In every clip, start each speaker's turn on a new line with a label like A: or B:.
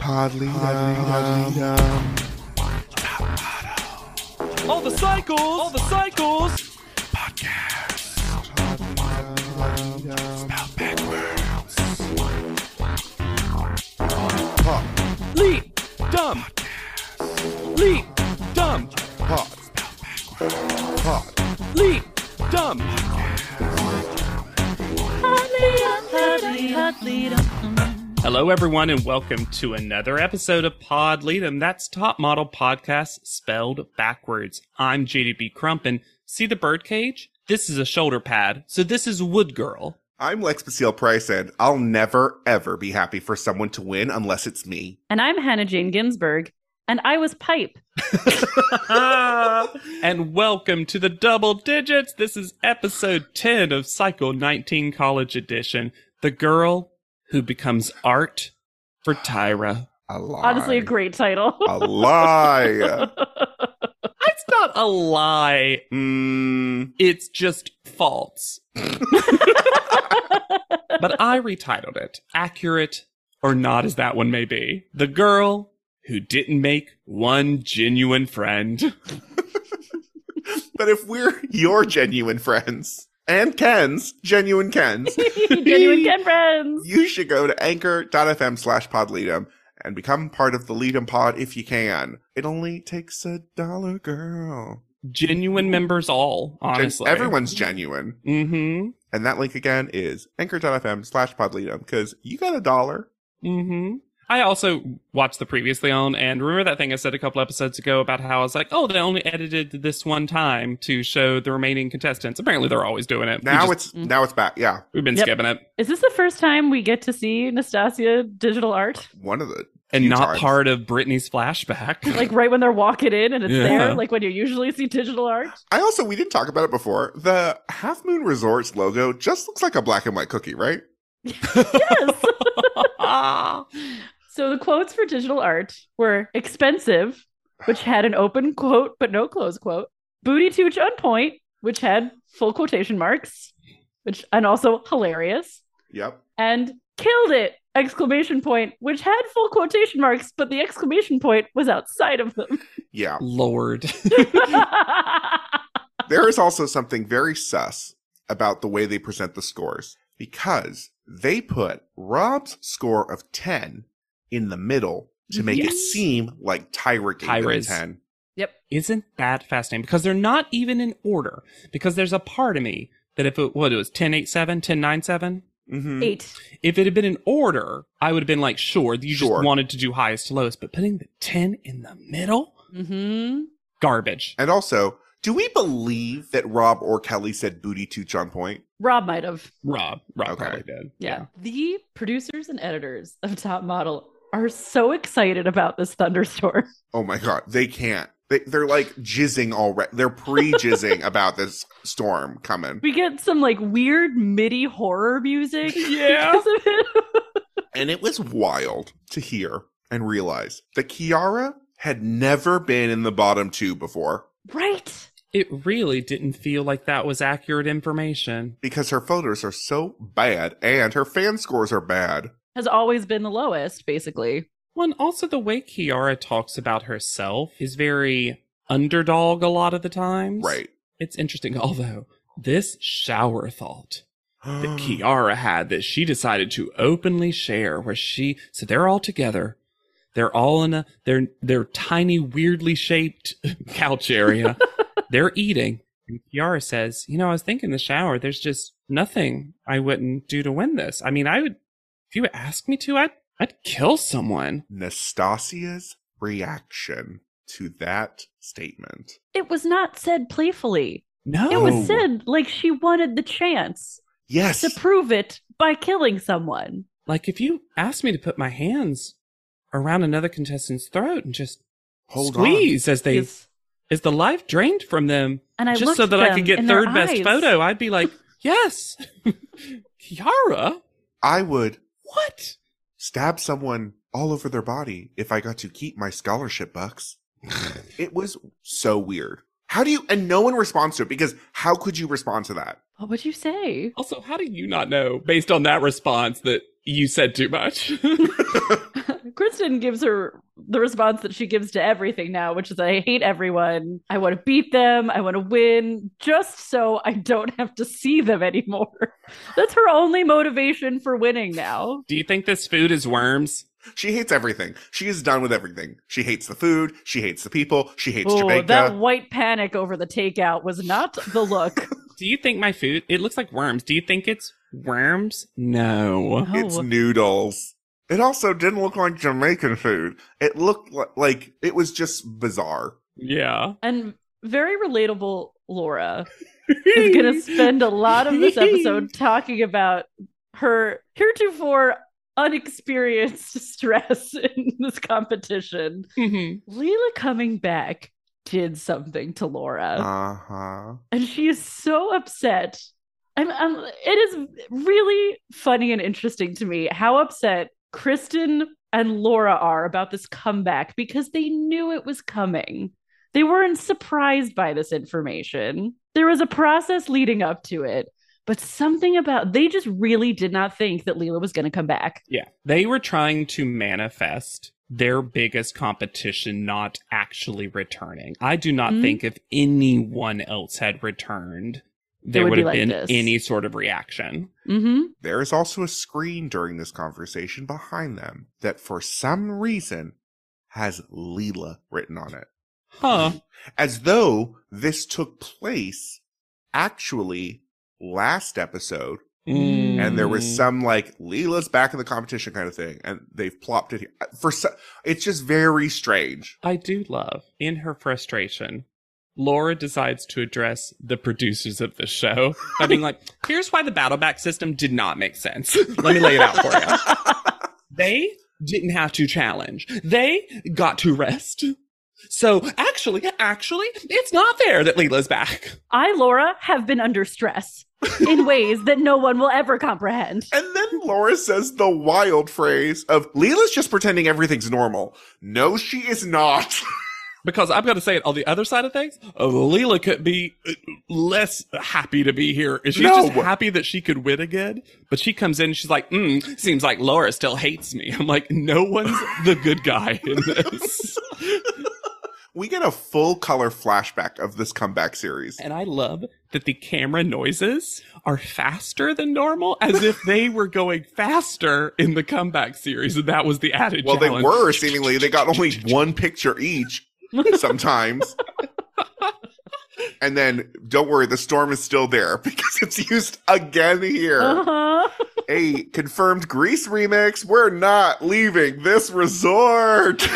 A: Hardly, hardly, um,
B: All the cycles, all the cycles.
A: hardly, um,
B: Leap, dumb. Leap, dumb.
A: hot, hot,
B: Leap, dumb. Hello, everyone, and welcome to another episode of Pod Lead'em. That's Top Model Podcast spelled backwards. I'm JDB Crumpin. See the birdcage? This is a shoulder pad, so this is Wood Girl.
C: I'm Lex Basile Price, and I'll never ever be happy for someone to win unless it's me.
D: And I'm Hannah Jane Ginsburg. And I was Pipe.
B: and welcome to the double digits. This is episode 10 of Cycle 19 College Edition The Girl Who Becomes Art for Tyra.
C: A lie.
D: Honestly, a great title.
C: a lie.
B: It's not a lie,
C: Mm,
B: it's just false. but I retitled it Accurate or Not as That One May Be The Girl Who Didn't Make One Genuine Friend.
C: but if we're your genuine friends and Ken's genuine Ken's,
D: Genuine Ken friends.
C: you should go to anchor.fm slash podleadum and become part of the Leadum pod if you can. It only takes a dollar, girl.
B: Genuine members, all,
C: Gen-
B: honestly.
C: Everyone's genuine.
B: Mm hmm.
C: And that link again is anchor.fm slash podleadum because you got a dollar. Mm-hmm.
B: hmm I also watched the previously on, and remember that thing I said a couple episodes ago about how I was like, "Oh, they only edited this one time to show the remaining contestants." Apparently, they're always doing it.
C: Now
B: we
C: it's now it's back. Yeah.
B: we've been
D: Yep.
B: skipping it
D: Is this the first time we get to see Nastasia digital art?
C: One of the
B: and
C: Few
B: not
C: times.
B: part of Britney's flashback.
D: Like right when they're walking in and it's
B: Yeah.
D: there, like when you usually see digital art.
C: I also we didn't talk about it before. The Half Moon Resorts logo just looks like a black and white cookie, right?
D: Yes.
B: yes.
D: so the quotes for digital art were expensive, which had an open quote but no close quote. Booty tooch on point, which had full quotation marks, which and also hilarious.
C: Yep.
D: and killed it exclamation point which had full quotation marks but the exclamation point was outside of them
C: Yeah.
B: Lord,
C: there is also something very sus about the way they present the scores because they put Rob's score of 10 in the middle to make it
D: Yes.
C: seem like Tyra gave
B: Tyra's.
C: it a 10.
B: isn't that fascinating? Because they're not even in order. Because there's a part of me that if it what it was 10, 8, 7, 10, 9, 7?
C: Mm-hmm.
D: eight
B: If it had been in order, I would have been like, sure, you
C: Sure.
B: just wanted to do highest to lowest, but putting the 10 in the middle?
D: mm-hmm.
B: Garbage.
C: And also, do we believe that Rob or Kelly said booty tooch on point?
D: rob might have
B: Rob. Rob
C: Okay.
B: probably did.
D: yeah. the producers and editors of top model are so excited about this thunderstorm
C: Oh my god, they can't. They, they're like jizzing already. They're pre-jizzing about this storm coming.
D: we get some like weird midi horror music
B: Yeah.
D: because of it.
C: And it was wild to hear and realize that Kiara had never been in the bottom two before
D: right
B: It really didn't feel like that was accurate information.
C: because her photos are so bad and her fan scores are bad.
D: has always been the lowest basically
B: One, also the way Kiara talks about herself is very underdog a lot of the times.
C: Right.
B: It's interesting, although this shower thought that
D: Mm.
B: Kiara had that she decided to openly share where she so they're all together. They're all in a their their tiny, weirdly shaped couch area. they're eating. And Kiara says, You know, I was thinking in the shower, there's just nothing I wouldn't do to win this. I mean, I would if you asked me to, I'd I'd kill someone.
C: Nastasia's reaction to that statement.
D: it was not said playfully
B: No.
D: it was
C: Oh.
D: said like she wanted the chance
C: Yes.
D: to prove it by killing someone.
B: Like if you asked me to put my hands around another contestant's throat and just
C: Hold
B: squeeze as they
D: Yes.
B: is the life drained from them
D: And I
B: just
D: looked
B: so that
D: them
B: I could get
D: in their
B: third best
D: eyes.
B: photo? I'd be like, yes, Kiara,
C: on. I would
B: what?
C: stab someone all over their body if I got to keep my scholarship bucks. it was so weird. How do you, and no one responds to it because how could you respond to that?
D: What would you say?
B: Also, how do you not know based on that response that you said too much?
D: Kristen gives her the response that she gives to everything now, which is I hate everyone. I want to beat them. I want to win just so I don't have to see them anymore. That's her only motivation for winning now.
B: Do you think this food is worms?
C: She hates everything. She is done with everything. She hates the food. She hates the people. She hates
D: Oh,
C: Jamaica.
D: that white panic over the takeout was not the look.
B: Do you think my food? It looks like worms. Do you think it's worms? No.
C: It's
D: No.
C: noodles. It also didn't look like Jamaican food. It looked li- like it was just bizarre.
B: Yeah.
D: and very relatable Laura is going to spend a lot of this episode talking about her heretofore unexperienced stress in this competition.
B: Mhm.
D: Leela coming back did something to Laura,
C: Uh huh.
D: and she is so upset. I'm, I'm, it is really funny and interesting to me how upset Kristen and Laura are about this comeback because they knew it was coming. They weren't surprised by this information. There was a process leading up to it, but something about they just really did not think that Leela was going to come back.
B: Yeah. They were trying to manifest their biggest competition not actually returning. I do not
D: Mhm.
B: think if anyone else had returned, there
D: would
B: would
D: be
B: have
D: like
B: been
D: this.
B: any sort of reaction.
D: Mm-hmm.
C: There is also a screen during this conversation behind them that, for some reason, has Leela written on it,
B: Huh.
C: as though this took place actually last episode,
D: Mm.
C: and there
B: Hmm.
C: was some like Leela's back in the competition kind of thing, and they've plopped it here. Uh, For so- it's just very strange.
B: I do love, in her frustration, Laura decides to address the producers of the show by being like, here's why the battle back system did not make sense. Let me lay it out for you. They didn't have to challenge, they got to rest. So actually, actually, it's not fair that Leela's back.
D: I, Laura, have been under stress in ways that no one will ever comprehend.
C: And then Laura says the wild phrase of Leela's just pretending everything's normal. No, she is not.
B: Because I've got to say it on the other side of things, uh, Leela could be uh, less happy to be here. She's
C: No.
B: just happy that she could win again. But she comes in and she's like, mm, seems like Laura still hates me. I'm like, no one's the good guy in this.
C: we get a full color flashback of this comeback series.
B: and I love that the camera noises are faster than normal, as if they were going faster in the comeback series. And that was the added
C: Well, they
B: challenge.
C: were seemingly, they got only one picture each sometimes. and then don't worry, the storm is still there because it's used again here.
D: Uh-huh.
C: a confirmed Grease remix. We're not leaving this resort.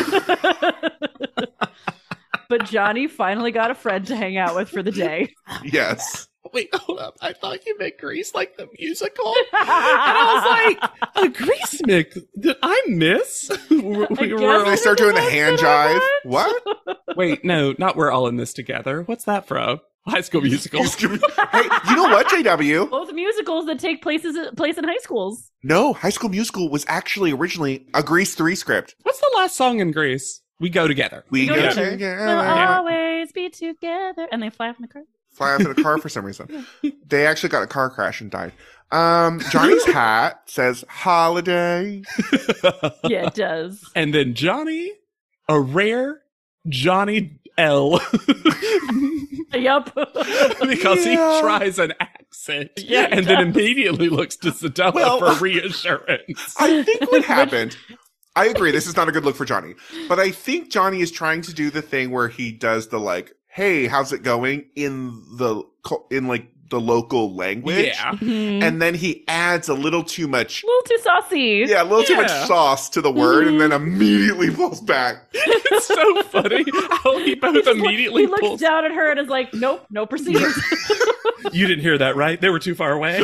D: but Johnny finally got a friend to hang out with for the day.
C: yes.
B: Wait, hold up. I thought you meant Grease, like the musical. and I was like, a grease mix? Did I miss? We- we
D: guess.
B: were-
C: And they start doing the hand jive. What?
B: wait, no, not we're all in this together. What's that from? High School Musical.
C: Excuse me. hey, you know what, JW?
D: Both musicals that take places place in high schools.
C: No, High School Musical was actually originally a Grease 3 script.
B: What's the last song in Grease? We go together.
C: We
D: Go
C: go
D: together.
C: together.
D: We'll always be together. And they fly from the car.
C: Fly off in a car for some reason. They actually got in a car crash and died. Um, Johnny's hat says holiday.
D: Yeah, it does.
B: and then Johnny, a rare Johnny L,
D: yep. Mm-hmm.
B: because he
C: Yeah.
B: tries an accent
D: Yeah, he
B: and then immediately looks to Sedona
C: Well-
B: for reassurance.
C: I think what happened. I agree. This is not a good look for Johnny, but I think Johnny is trying to do the thing where he does the like, "Hey, how's it going?" in the co- in like the local language,
B: yeah.
D: Mhm.
C: and then he adds a little too much
D: a little too saucy.
C: Yeah, a little too much
B: Yeah. Mm-hmm.
C: sauce to the word, and then immediately pulls back.
B: It's so funny how he both
D: Just look-
B: immediately
D: he looks
B: pulls
D: down at her and is like, "Nope, no proceedings."
B: You didn't hear that, right? They were too far away.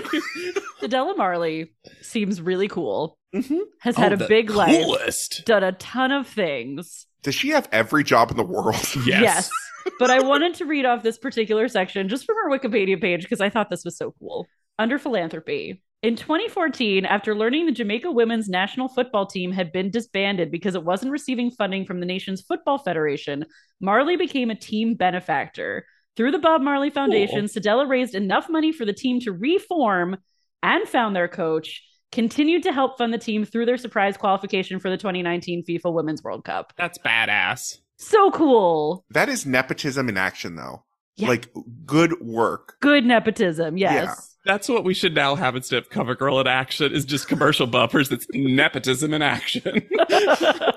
D: Della Marley seems really cool.
C: Mhm.
D: Has had
B: Oh,
D: a
B: the
D: big life,
B: Coolest.
D: done a ton of things.
C: Does she have every job in the world?
B: Yes.
D: but I wanted to read off this particular section just from her Wikipedia page because I thought this was so cool. Under philanthropy. In 2014, after learning the Jamaica women's national football team had been disbanded because it wasn't receiving funding from the nation's Football Federation, Marley became a team benefactor. Through the Bob Marley Foundation, Sedella raised enough money for the team to reform and found their coach continued to help fund the team through their surprise qualification for the 2019 FIFA Women's World Cup.
B: That's badass.
D: So cool.
C: That is nepotism in action, though.
D: Yeah.
C: Like good work.
D: Good nepotism. Yes.
C: Yeah.
B: That's what we should now have instead of cover girl in action is just commercial buffers. That's nepotism in action.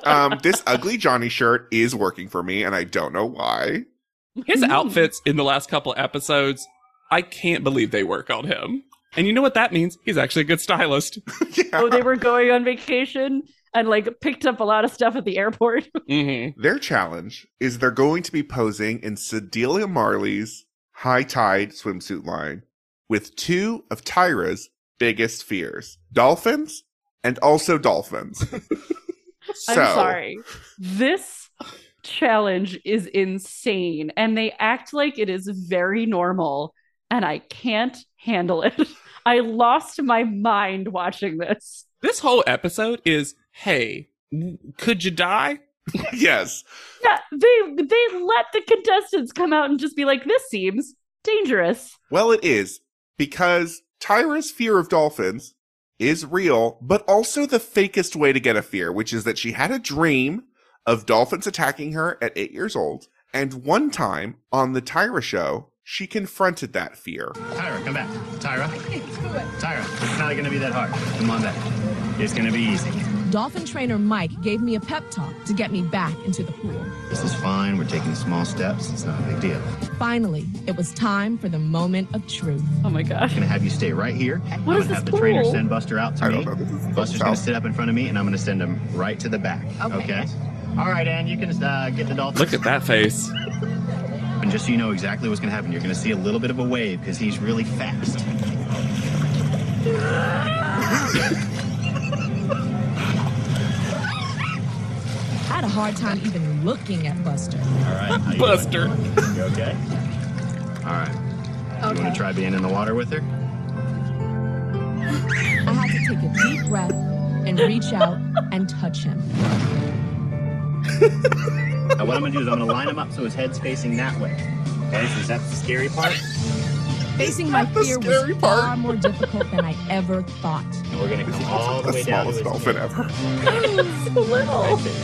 C: Um, this ugly Johnny shirt is working for me, and I don't know why.
D: Mm.
B: His outfits in the last couple episodes, I can't believe they work on him. And you know what that means? He's actually a good stylist.
C: yeah.
D: Oh, they were going on vacation and like picked up a lot of stuff at the airport.
B: Mm-hmm.
C: Their challenge is they're going to be posing in Sedelia Marley's high tide swimsuit line with two of Tyra's biggest fears dolphins and also dolphins. so,
D: I'm sorry. This challenge is insane and they act like it is very normal and I can't handle it. I lost my mind watching this.
B: This whole episode is, hey, w- could you die?
C: Yes.
D: Yeah, they they let the contestants come out and just be like this seems dangerous.
C: Well, it is because Tyra's fear of dolphins is real, but also the fakest way to get a fear, which is that she had a dream of dolphins attacking her at eight years old. And one time on the Tyra show, she confronted that fear.
E: Tyra, come back. Tyra. Tyra, it's not gonna be that hard. Come on back. It's gonna be easy.
F: Dolphin trainer Mike gave me a pep talk to get me back into the pool.
E: This is fine. We're taking small steps. It's not a big deal. I'm
F: Finally, it was time for the moment of truth.
D: Oh my gosh.
E: gonna have you stay right here. I'm
D: What
E: gonna
D: is this
E: have the trainer
D: pool?
E: send Buster out to
C: I don't
E: me.
C: know. This is-
E: Buster's gonna sit up in front of me, and I'm gonna send him right to the back.
F: Okay.
E: All right, Ann, you can uh, get the dolphin.
B: Look at that face.
E: And just so you know exactly what's gonna happen, you're gonna see a little bit of a wave because he's really fast.
F: I had a hard time even looking at Buster.
E: All right. how you
B: Buster.
E: doing? You okay? All right. You wanna try being in the water with her?
F: I had to take a deep breath and reach out and touch him.
E: Now, what I'm gonna do is I'm gonna line him up so his head's facing that way. Okay, so is that the scary part?
F: Facing my
C: the
F: fear
C: scary
F: was
C: part.
F: far more difficult than I ever thought.
E: And we're gonna come all the
C: The
E: way down to
C: smallest dolphin
E: his
C: ever.
E: Right there.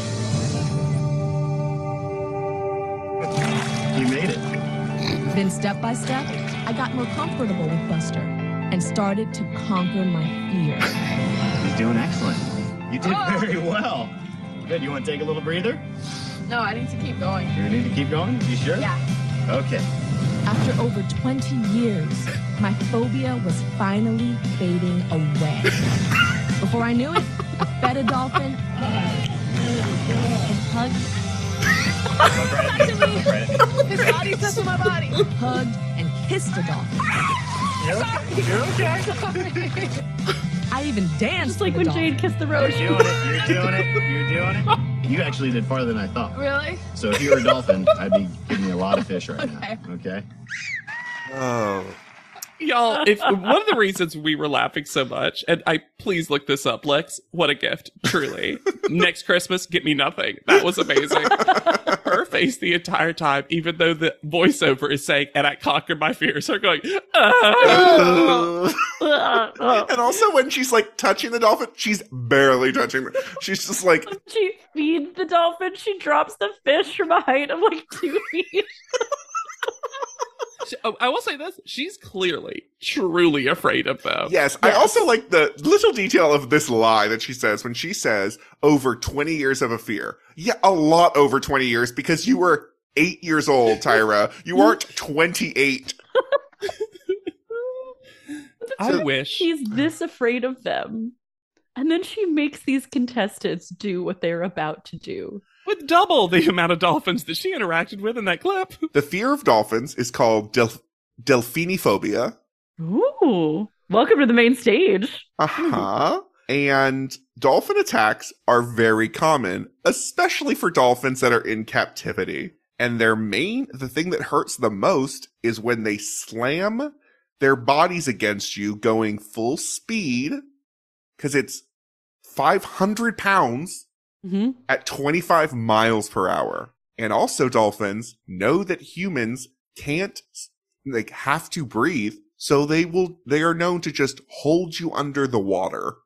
E: You made it.
F: Then, step by step, I got more comfortable with Buster and started to conquer my fear.
E: He's doing excellent. You did
F: Oh.
E: very well. Good. You want to take a little breather?
F: No, I need to keep going.
E: You need to keep going. You sure? Okay.
F: After over 20 years, my phobia was finally fading away. Before I knew it, I fed a dolphin and hugged,
E: Look right at me. Look right at me.
F: his body touching my body, hugged and kissed a dolphin.
E: You're okay. You're okay.
F: I even danced
D: Just like
F: with
D: when
F: a dolphin.
D: Jade kissed the road.
E: You're doing it. You're doing it. You're doing it. You actually did farther than I thought.
F: Really?
E: So if you were a dolphin, I'd be giving you a lot of fish right
F: Okay.
E: now. Okay.
C: Oh.
B: Y'all, if one of the reasons we were laughing so much, and I please look this up, Lex, what a gift, truly. Next Christmas, get me nothing. That was amazing. Her face the entire time, even though the voiceover is saying, and I conquered my fears, her going, "Ah."
D: Ugh, ugh.
C: and also when she's like touching the dolphin, she's barely touching. The- she's just like,
D: She feeds the dolphin. She drops the fish from a height of like two feet.
B: She- oh, I will say this, she's clearly, truly afraid of them.
C: Yes, I also like the little detail of this lie that she says when she says over 20 years of a fear. Yeah, a lot over 20 years because you were eight years old, Tyra. You aren't 28.
B: I wish.
D: She's this afraid of them. And then she makes these contestants do what they're about to do.
B: With double the amount of dolphins that she interacted with in that clip.
C: The fear of dolphins is called delf- delphinophobia.
D: Ooh. Welcome to the main stage.
C: Uh huh. And dolphin attacks are very common, especially for dolphins that are in captivity. And their main, the thing that hurts the most is when they slam their bodies against you going full speed because it's 500 pounds
D: Mm-hmm.
C: at 25 miles per hour. And also dolphins know that humans can't like have to breathe. So they will, they are known to just hold you under the water.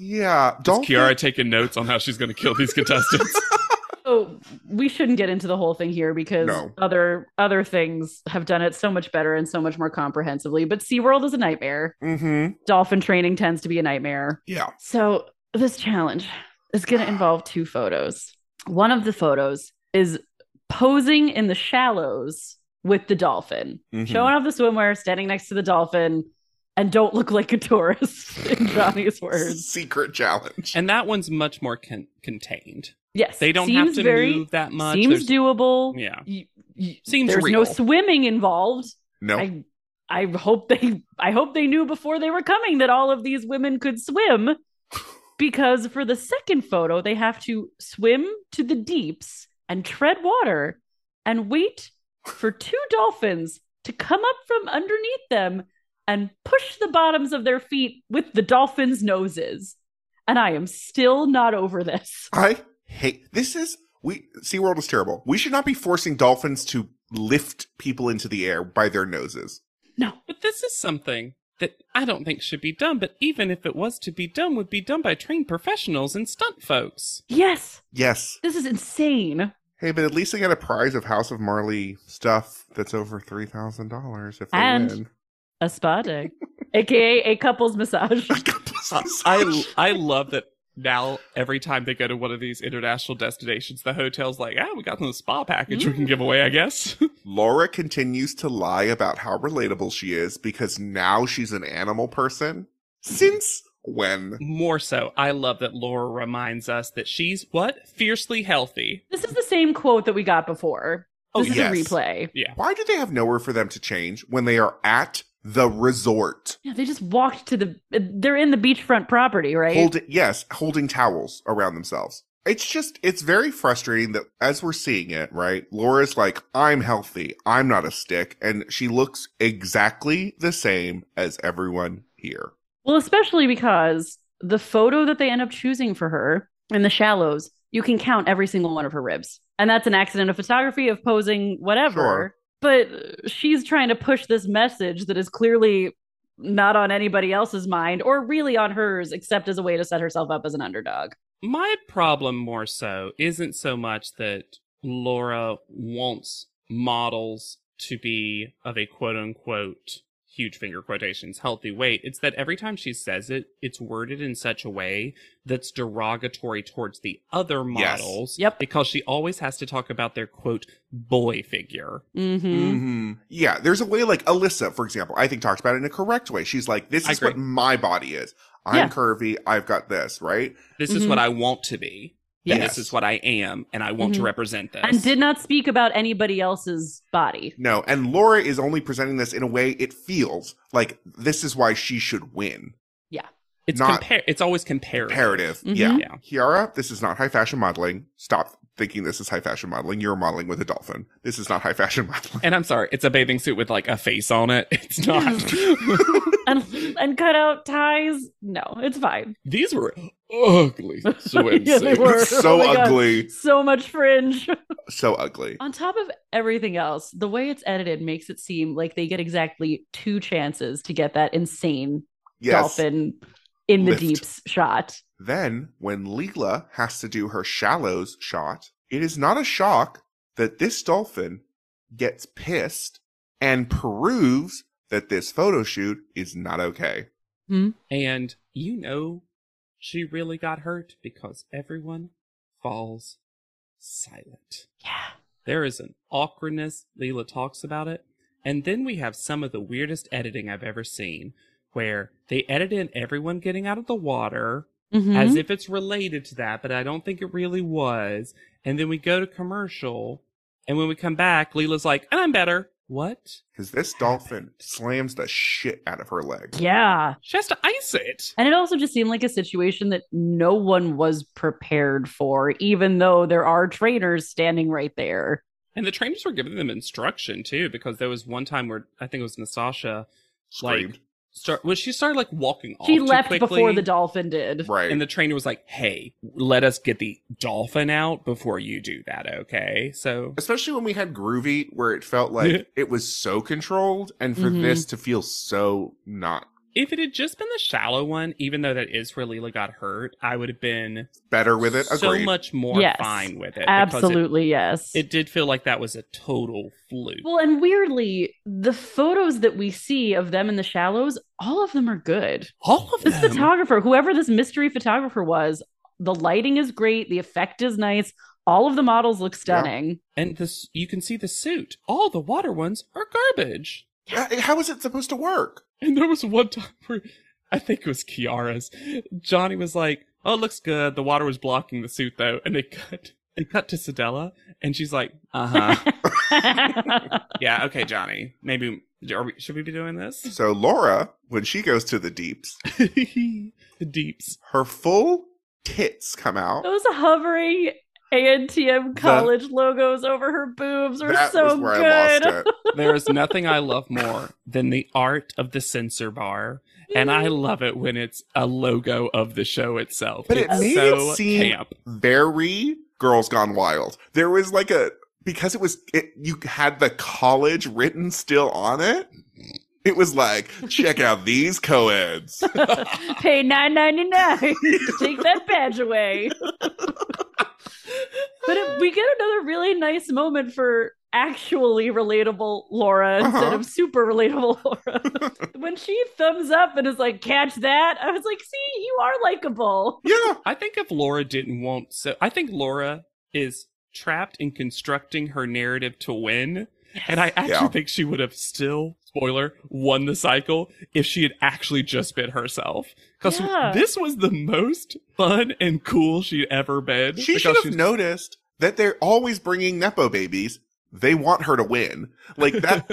C: Yeah.
B: Is
C: Don't
B: Kiara taking notes on how she's going to kill these contestants?
D: So we shouldn't get into the whole thing here because
C: No.
D: other other things have done it so much better and so much more comprehensively. But SeaWorld is a nightmare.
C: hmm
D: Dolphin training tends to be a nightmare.
C: Yeah.
D: So this challenge is going to involve two photos. One of the photos is posing in the shallows with the dolphin,
C: Mhm.
B: Mm-hmm.
D: showing off the swimwear, standing next to the dolphin, and don't look like a tourist in Johnny's words.
C: Secret challenge.
B: and that one's much more con- contained.
D: Yes,
B: They don't
D: seems
B: have to
D: very
B: move that much. There's-
D: seems doable.
B: Yeah.
D: Y- y-
B: Seems
D: there's no
B: real.
D: swimming involved.
C: no.
D: I I hope they I hope they knew before they were coming that all of these women could swim because for the second photo they have to swim to the deeps and tread water and wait for two dolphins to come up from underneath them and push the bottoms of their feet with the dolphins' noses. And I am still not over this.
C: I hate this is we SeaWorld is terrible. We should not be forcing dolphins to lift people into the air by their noses.
D: No.
B: But this is something that I don't think should be done, but even if it was to be done, would be done by trained professionals and stunt folks.
D: Yes,
C: Yes.
D: this is insane.
C: Hey, but at least they get a prize of House of Marley stuff that's over three thousand dollars if they
D: And-
C: win.
D: A spa day, aka a couple's massage.
B: I I love that now every time they go to one of these international destinations, the hotel's like, ah, we got them a spa package we can give away, I guess.
C: Laura continues to lie about how relatable she is because now she's an animal person. Since when?
B: More so, I love that Laura reminds us that she's what? Fiercely healthy.
D: This is the same quote that we got before.
B: Oh,
D: This is
C: yes.
D: a replay.
B: Yeah.
C: Why do they have nowhere for them to change when they are at the resort?
D: Yeah, they just walked to the. They're in the beachfront property, right?
C: Hold yes, holding towels around themselves. It's just it's very frustrating that as we're seeing it, right? Laura's like, "I'm healthy. I'm not a stick." And she looks exactly the same as everyone here.
D: well, especially because the photo that they end up choosing for her in the shallows, you can count every single one of her ribs, and that's an accident of photography of posing, whatever.
C: Sure.
D: But she's trying to push this message that is clearly not on anybody else's mind or really on hers, except as a way to set herself up as an underdog.
B: My problem more so isn't so much that Laura wants models to be of a quote unquote huge finger quotations healthy weight. It's that every time she says it, it's worded in such a way that's derogatory towards the other
C: Yes.
B: models.
D: Yep.
B: Because she always has to talk about their quote boy figure.
D: Mm-hmm.
C: Mm, Yeah, there's a way like Alyssa, for example, I think talks about it in a correct way. She's like, "This
B: I
C: is
B: agree.
C: what my body is. I'm
D: Yeah.
C: curvy. I've got this." Right?
B: This is
D: Mhm.
B: what I want to be. and
C: Yes.
B: This is what I am, and I want to
D: Mhm.
B: represent this.
D: and did not speak about anybody else's body.
C: No, and Laura is only presenting this in a way it feels like this is why she should win.
B: it's
C: not-
B: compar- it's always comparative.
C: Imperative.
D: Mhm.
C: Yeah.
B: Yeah.
C: Kiara, this is not high fashion modeling. Stop thinking this is high fashion modeling. You're modeling with a dolphin. This is not high fashion modeling.
B: And I'm sorry, it's a bathing suit with like a face on it. It's not.
D: and, and cut out ties. No, it's fine.
B: These were ugly swimsuits.
D: Yeah, they were.
C: It's so
D: Oh my God.
C: ugly.
D: So much fringe.
C: So ugly.
D: On top of everything else, the way it's edited makes it seem like they get exactly two chances to get that insane
C: Yes.
D: dolphin in the
C: Lift.
D: deeps shot.
C: Then, when Leela has to do her shallows shot, it is not a shock that this dolphin gets pissed and proves that this photo shoot is not okay.
B: And you know, she really got hurt because everyone falls silent.
D: Yeah.
B: There is an awkwardness. Leela talks about it. And then we have some of the weirdest editing I've ever seen where they edit in everyone getting out of the water
D: Mm-hmm.
B: as if it's related to that, but I don't think it really was. And then we go to commercial. And when we come back, Leela's like, and I'm better. What?
C: Because this dolphin slams the shit out of her leg.
D: yeah.
B: She has to ice it.
D: And it also just seemed like a situation that no one was prepared for, even though there are trainers standing right there.
B: And the trainers were giving them instruction too, because there was one time where I think it was Nastasha
C: Screamed.
B: like start well, she started like walking off.
D: She
B: too
D: left
B: quickly,
D: before the dolphin did.
C: right.
B: And the trainer was like, Hey, let us get the dolphin out before you do that, okay? So
C: Especially when we had Groovy, where it felt like it was so controlled, and for
D: Mhm.
C: this to feel so not
B: if it had just been the shallow one, even though that is where Leela got hurt, I would have been
C: Better with it. Agreed.
B: so much more
D: Yes.
B: fine with it. because it-
D: Absolutely, yes.
B: It, did feel like that was a total fluke.
D: well, and weirdly, the photos that we see of them in the shallows, all of them are good.
B: All of
D: This
B: them.
D: photographer, whoever this mystery photographer was, the lighting is great, the effect is nice, all of the models look stunning.
B: and this, you can see the suit. All the water ones are garbage.
C: Yeah, How is it supposed to work?
B: And there was one time where I think it was Kiara's. Johnny was like, "Oh, it looks good. The water was blocking the suit, though." And they cut. They cut to Sedella, and she's like, "Uh
C: Uh-huh.
B: huh. yeah, okay, Johnny. Maybe are we, should we be doing this?
C: So Laura, when she goes to the deeps,
B: the deeps.
C: her full tits come out.
D: Those hovering ANTM college logos over her boobs are
C: That
D: so
C: was where I
D: good.
C: lost it.
B: There is nothing I love more than the art of the censor bar, and I love it when it's a logo of the show itself.
C: But it
B: it's
C: made
B: so
C: it seem-
B: camp.
C: Very Girls Gone Wild. There was like a because it was it you had the college written still on it. It was like, check out these co-eds.
D: Pay nine ninety nine to take that badge away. but if we get another really nice moment for actually relatable Laura instead
C: Uh-huh.
D: of super relatable Laura. when she thumbs up and is like, "Catch that!" I was like, "See, you are likable."
C: yeah.
B: I think if Laura didn't want so I think Laura is trapped in constructing her narrative to win. And I actually
C: Yeah.
B: think she would have still, spoiler, won the cycle if she had actually just been herself. Because
D: Yeah.
B: this was the most fun and cool she'd ever been.
C: She
B: because
C: should have
B: she's-
C: noticed that they're always bringing Nepo babies. They want her to win. Like that.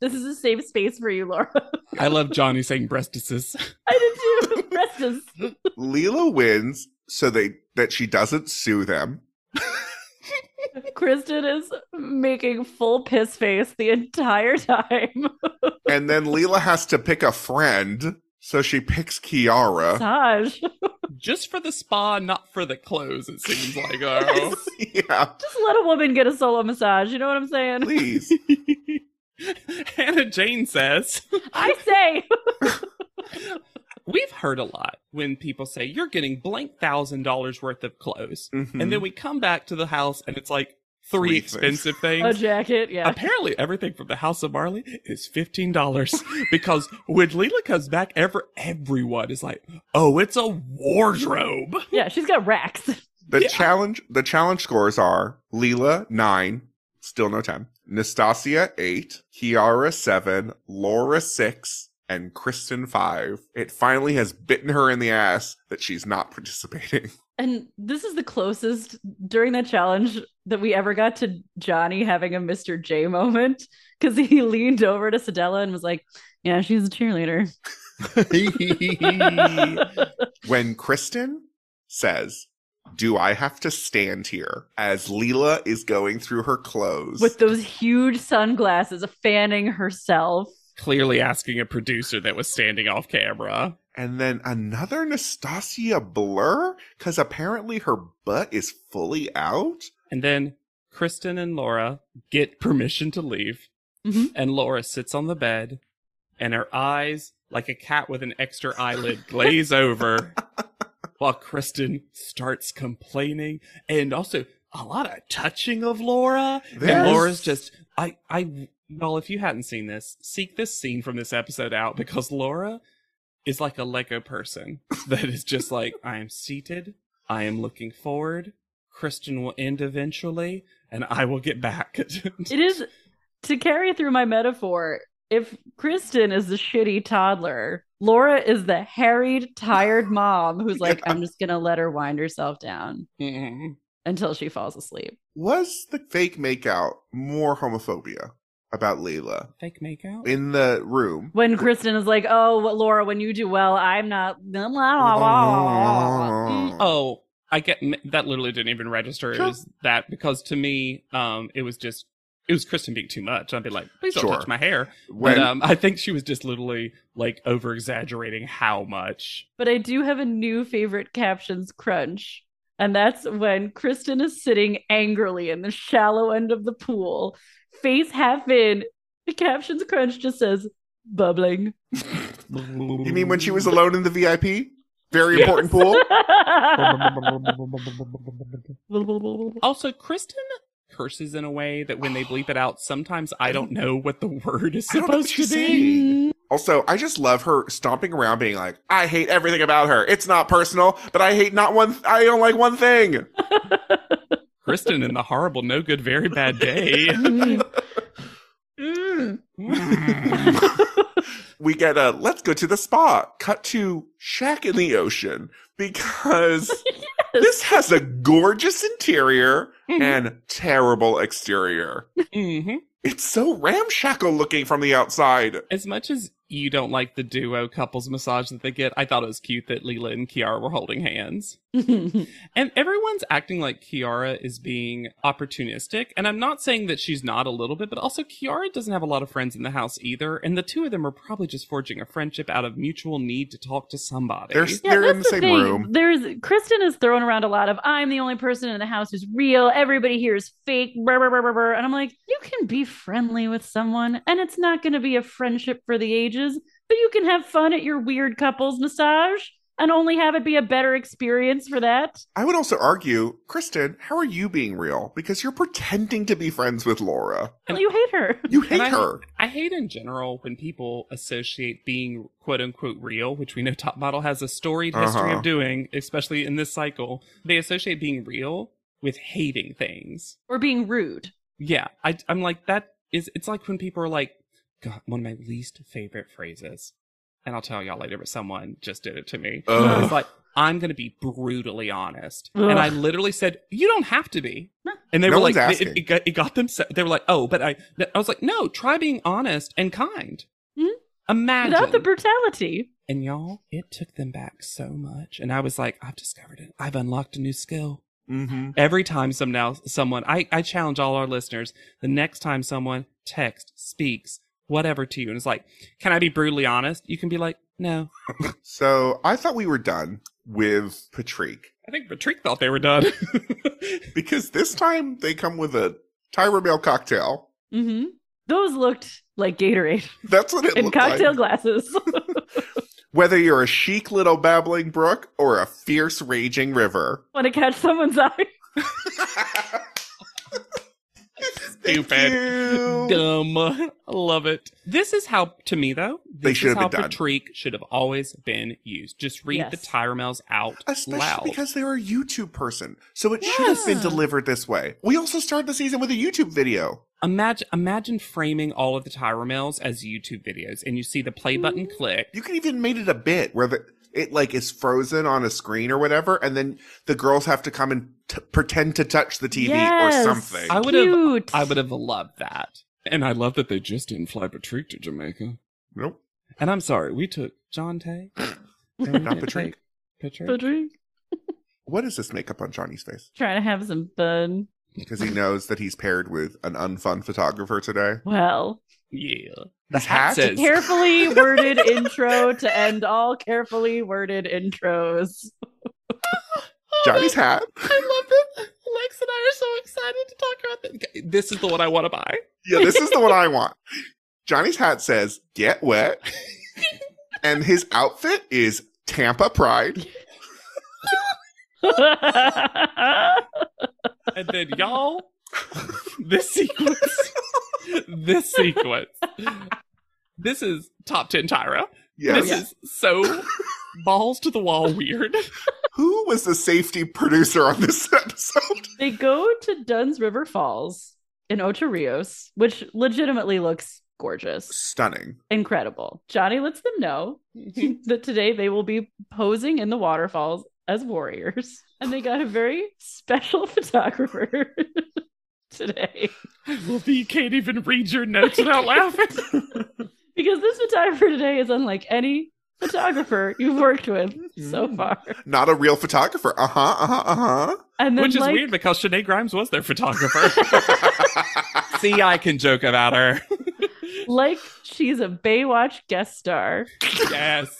D: this is a safe space for you, Laura.
B: I love Johnny saying breastises.
D: I did too. Rest is
C: Leela wins so they that she doesn't sue them.
D: Kristen is making full piss face the entire time.
C: And then Leela has to pick a friend. So she picks Kiara.
D: Taj,
B: just for the spa, not for the clothes, it seems like. Oh.
C: yeah.
D: just let a woman get a solo massage. You know what I'm saying?
C: Please.
B: Hannah Jane says.
D: I say
B: We've heard a lot when people say you're getting blank thousand dollars worth of clothes, and then we come back to the house and it's like
C: Hmm. Three
B: three,
C: things.
B: expensive
D: a
B: things.
D: jacket. Yeah.
B: Apparently, everything from the House of Marley is fifteen dollars because when Leela comes back, ever everyone is like, "Oh, it's a wardrobe."
D: Yeah, she's got racks.
C: The
B: Yeah.
C: challenge the challenge scores are Leela nine, still no ten. Nastasia eight, Kiara seven, Laura six, and Kristen five. It finally has bitten her in the ass that she's not participating.
D: And this is the closest during that challenge that we ever got to Johnny having a Mr. J moment because he leaned over to Sedella and was like, Yeah, she's a cheerleader.
C: When Kristen says, Do I have to stand here? as Leela is going through her clothes.
D: With those huge sunglasses, fanning herself.
B: Clearly, asking a producer that was standing off camera.
C: and then another Nastasia blur, because apparently her butt is fully out.
B: And then Kristen and Laura get permission to leave.
D: Mhm.
B: And Laura sits on the bed and her eyes, like a cat with an extra eyelid, glaze over while Kristen starts complaining and also a lot of touching of Laura.
C: There's-
B: And Laura's just, I, I, y'all, if you hadn't seen this, seek this scene from this episode out because Laura is like a Lego person that is just like, I am seated, I am looking forward, Kristen will end eventually, and I will get back.
D: It is to carry through my metaphor. If Kristen is the shitty toddler, Laura is the harried, tired mom who's like, I'm just going to let her wind herself down
B: Mhm.
D: until she falls asleep.
C: Was the fake makeout more homophobia about Leela
B: Fake makeout?
C: in the room?
D: When Kristen is like, Oh, well, Laura, when you do well, I'm not. Oh, Mm.
B: Oh, I get that. Literally didn't even register
C: Sure.
B: as that because to me, um, it was just it was Kristen being too much. I'd be like, please don't
C: Sure.
B: touch my hair.
C: When
B: but um, I think she was just literally like over exaggerating how much.
D: But I do have a new favorite captions crunch. And that's when Kristen is sitting angrily in the shallow end of the pool, face half in. The captions crunch just says, bubbling.
C: You mean when she was alone in the VIP? Very important pool.
B: Also, Kristen curses in a way that when they bleep it out, sometimes I don't know what the word is
C: I don't know what
B: supposed to
C: she's saying.
B: be.
C: Also, I just love her stomping around being like, I hate everything about her. It's not personal, but I hate not one, I don't like one thing.
B: Kristen in the horrible, no good, very bad day.
D: Mm.
C: we get a let's go to the spa, cut to shack in the ocean because this has a gorgeous interior and terrible exterior.
B: hmm
C: It's so ramshackle looking from the outside.
B: As much as you don't like the duo couples massage that they get, I thought it was cute that Leela and Kiara were holding hands. And everyone's acting like Kiara is being opportunistic. And I'm not saying that she's not a little bit, but also Kiara doesn't have a lot of friends in the house either. And the two of them are probably just forging a friendship out of mutual need to talk to somebody.
C: They're,
D: Yeah,
C: they're
D: that's
C: in the same
D: thing.
C: room.
D: There's Kristen is thrown around a lot of I'm the only person in the house who's real. Everybody here is fake. Brr, brr, brr, brr, brr." And I'm like, you can be friendly with someone, and it's not going to be a friendship for the ages, but you can have fun at your weird couples massage and only have it be a better experience for that.
C: I would also argue, Kristen, how are you being real? Because you're pretending to be friends with Laura.
B: And-
D: you hate her.
C: You hate
B: And I-
C: her.
B: I hate in general when people associate being quote unquote real, which we know Top Model has a storied history
C: Uh-huh.
B: of doing, especially in this cycle. They associate being real with hating things.
D: Or being rude.
B: Yeah, I, I'm like that is. It's like when people are like, God, one of my least favorite phrases, and I'll tell y'all later. But someone just did it to me.
C: Ugh.
B: It's like I'm gonna be brutally honest, and I
D: Ugh.
B: literally said, "You don't have to be." And they
C: No
B: were like,
C: one's
B: it, it,
C: asking.
B: got, it got them. so- They were like, "Oh, but I." I was like, "No, try being honest and kind."
C: Hmm?
D: Mhm.
B: Imagine.
D: Without the brutality.
B: and y'all, it took them back so much, and I was like, "I've discovered it. I've unlocked a new skill."
C: Mm-hmm.
B: every time some now someone I, I challenge all our listeners the next time someone texts speaks whatever to you and it's like can i be brutally honest you can be like no
C: So I thought we were done with Patrick.
B: i think patrick thought they were done
C: because this time they come with a Tyra Bell cocktail.
D: hmm Those looked like Gatorade
C: That's what it
D: and
C: looked
D: cocktail
C: like.
D: glasses.
C: Whether you're a chic little babbling brook or a fierce raging river.
D: Want to catch someone's eye?
C: Thank
B: stupid
C: you.
B: dumb love it this is how to me though this
C: They should
B: is
C: have
B: how
C: been done.
B: patrick should have always been used just read the
D: Yes.
B: tyremels out
C: Especially
B: loud
C: because they're a YouTube person. So it should have been
D: Yeah.
C: delivered this way. We also started the season with a YouTube video.
B: imagine imagine framing all of the tyremels as youtube videos and you see the play button click
C: You can even made it a bit where the, it like is frozen on a screen or whatever, and then the girls have to come and t- pretend to touch the TV
D: Yes.
C: or something.
B: I would have
D: Cute.
B: I would have loved that. And I love that they just didn't fly Patrick to Jamaica.
C: nope,
B: And I'm sorry, we took John Tay.
C: not Patrick.
B: Patrick.
D: Patrick.
C: What is this makeup on Johnny's face?
D: Trying to have some fun.
C: because he knows that he's paired with an unfun photographer today.
D: Well,
B: Yeah.
C: The
B: hat says-
D: carefully worded intro to end all carefully worded intros.
C: Johnny's hat.
B: I love it. Lex and I are so excited to talk about this. This is the one I want to buy.
C: Yeah, this is the one I want. Johnny's hat says "Get wet," and his outfit is Tampa Pride.
B: And then y'all, this sequence, this sequence, this is top ten Tyra.
C: Yes.
B: This is so balls to the wall weird.
C: Who was the safety producer on this episode?
D: they go to Duns River Falls in Ocho Rios, which legitimately looks gorgeous.
C: Stunning.
D: Incredible. Johnny lets them know
C: Mm-hmm.
D: that today they will be posing in the waterfalls as warriors. And they got a very special photographer today.
B: I love that you can't even read your notes without laughing.
D: Because this photographer today is unlike any photographer you've worked with
B: Mm.
D: so far.
C: Not a real photographer. Uh huh. Uh huh. Uh huh.
D: And then
B: Which is
D: like,
B: weird because Sinead Grimes was their photographer. See, I can joke about her.
D: like she's a Baywatch guest star.
B: Yes.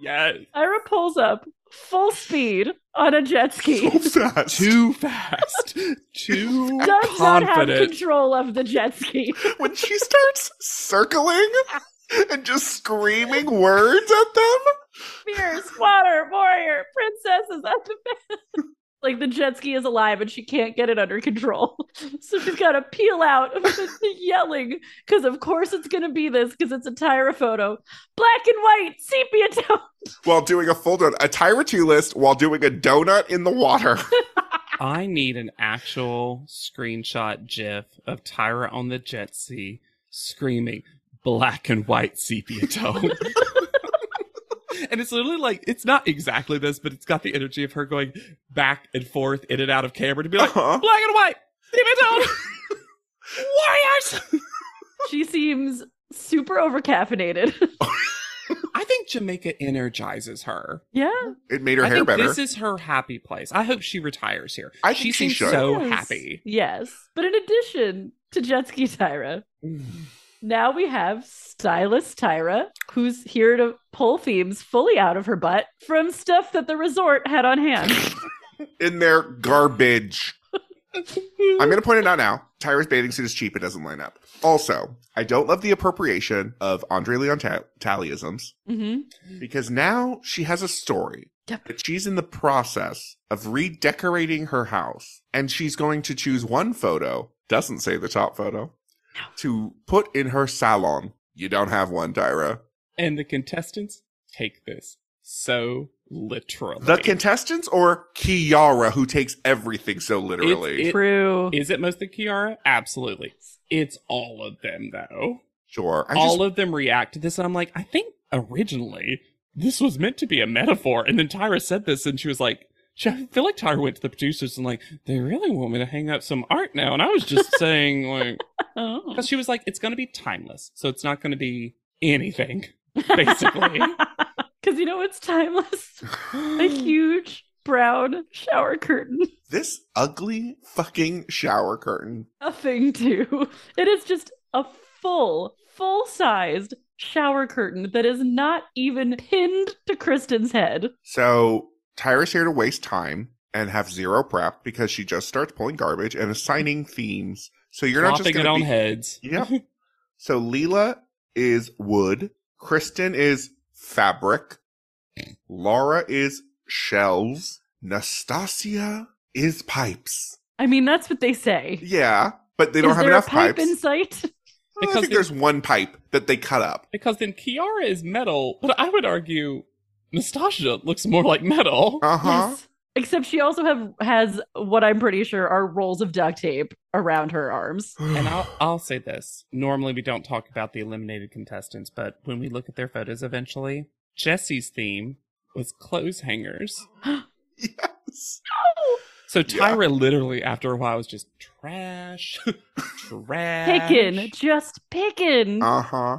B: Yes.
D: Ira pulls up full speed on a jet ski.
C: So fast.
B: Too fast. Too
D: Does not have
B: confident.
D: control of the jet ski.
C: When she starts circling, and just screaming words at them.
D: Fierce, water, warrior, princesses at the back. Like the jet ski is alive and she can't get it under control. So she's got to peel out of the the yelling because, of course, it's going to be this because it's a Tyra photo. Black and white, sepia tone.
C: While doing a full donut, a Tyra 2 list while doing a donut in the water.
B: I need an actual screenshot GIF of Tyra on the jet ski screaming black and white sepia tone. and it's literally like, it's not exactly this, but it's got the energy of her going back and forth, in and out of camera to be like,
C: Uh-huh.
B: black and white, sepia tone. Warriors!
D: She seems super over caffeinated.
B: I think Jamaica energizes her.
D: yeah.
C: It made her
B: I
C: hair
B: think
C: better.
B: this is her happy place. I hope she retires here.
C: I
B: she
C: think she
B: seems
C: should.
B: so
D: Yes.
B: happy.
D: Yes. But in addition to jet ski Tyra, now we have stylist Tyra, who's here to pull themes fully out of her butt from stuff that the resort had on hand.
C: in their garbage. I'm going to point it out now. Tyra's bathing suit is cheap. It doesn't line up. Also, I don't love the appropriation of Andre Leon Ta- Tallyisms
D: hmm
C: because now she has a story
D: Yep.
C: that she's in the process of redecorating her house and she's going to choose one photo, doesn't say the top photo, to put in her salon. You don't have one, Tyra.
B: And the contestants take this so literally.
C: The contestants or Kiara, who takes everything so literally?
B: It-
D: True.
B: Is it mostly Kiara? Absolutely. It's all of them though.
C: sure. I
B: all
C: just,
B: of them react to this, and I'm like, I think originally this was meant to be a metaphor, and then Tyra said this, and she was like, she- I feel like Tyra went to the producers and like, they really want me to hang up some art now, and I was just saying like,
D: Oh.
B: because she was like, it's gonna be timeless, so it's not gonna be anything, basically.
D: Because you know what's timeless? A huge brown shower curtain.
C: this ugly fucking shower curtain.
D: Nothing to. It is just a full, full sized shower curtain that is not even pinned to Kristen's head.
C: So Tyra's here to waste time and have zero prep because she just starts pulling garbage and assigning themes. So you're not just
B: Flopping
C: going
B: it
C: to
B: on
C: be.
B: heads.
C: Yep. So Leela is wood. Kristen is fabric. Laura is shelves. Nastasia is pipes.
D: I mean, that's what they say.
C: Yeah, but they don't
D: is
C: have
D: there
C: enough
D: a pipe
C: pipes.
D: in sight?
C: I
B: Because
C: think
B: they-
C: there's one pipe that they cut up.
B: Because then Kiara is metal, but I would argue Nastasia looks more like metal.
C: Uh huh.
D: Yes. Except she also have has what I'm pretty sure are rolls of duct tape around her arms.
B: And I'll, I'll say this. Normally, we don't talk about the eliminated contestants, but when we look at their photos eventually, Jesse's theme was clothes hangers.
C: yes.
B: So
C: Yeah.
B: Tyra literally, after a while, was just trash, trash.
D: Pickin', just pickin'.
C: Uh huh.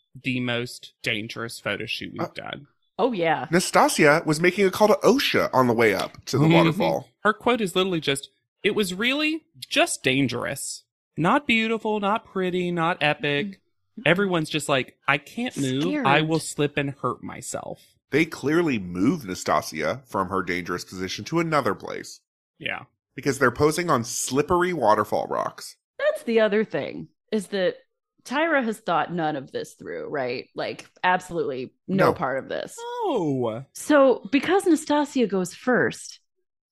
B: the most dangerous photo shoot we've done.
D: Oh yeah.
C: Nastasia was making a call to OSHA on the way up to the
B: Mhm.
C: waterfall.
B: Her quote is literally just, it was really just dangerous. Not beautiful, not pretty, not epic, Everyone's just like, I can't move. I
C: Scared.
B: will slip and hurt myself.
C: They clearly move Nastasia from her dangerous position to another place
B: Yeah.
C: because they're posing on slippery waterfall rocks.
D: That's the other thing is that Tyra has thought none of this through, right? Like, absolutely no,
C: No.
D: part of this.
B: Oh.
D: So, because Nastasia goes first,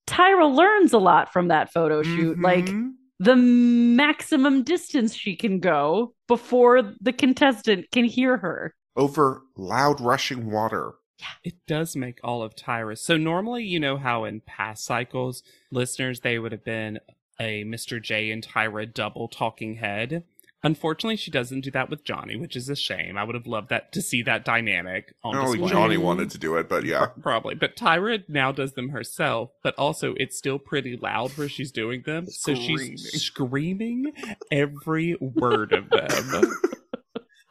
D: Tyra learns a lot from that photo shoot.
C: Mm-hmm.
D: Like, the maximum distance she can go before the contestant can hear her.
C: Over loud rushing water.
B: It does make all of Tyra. So normally, you know how in past cycles, listeners, they would have been a Mr. J and Tyra double talking head. Unfortunately, she doesn't do that with Johnny, which is a shame. I would have loved that to see that dynamic on
C: Only
B: display.
C: Oh, Johnny wanted to do it, but yeah.
B: Probably. But Tyra now does them herself, but also it's still pretty loud where she's doing them. So she's screaming every word of them.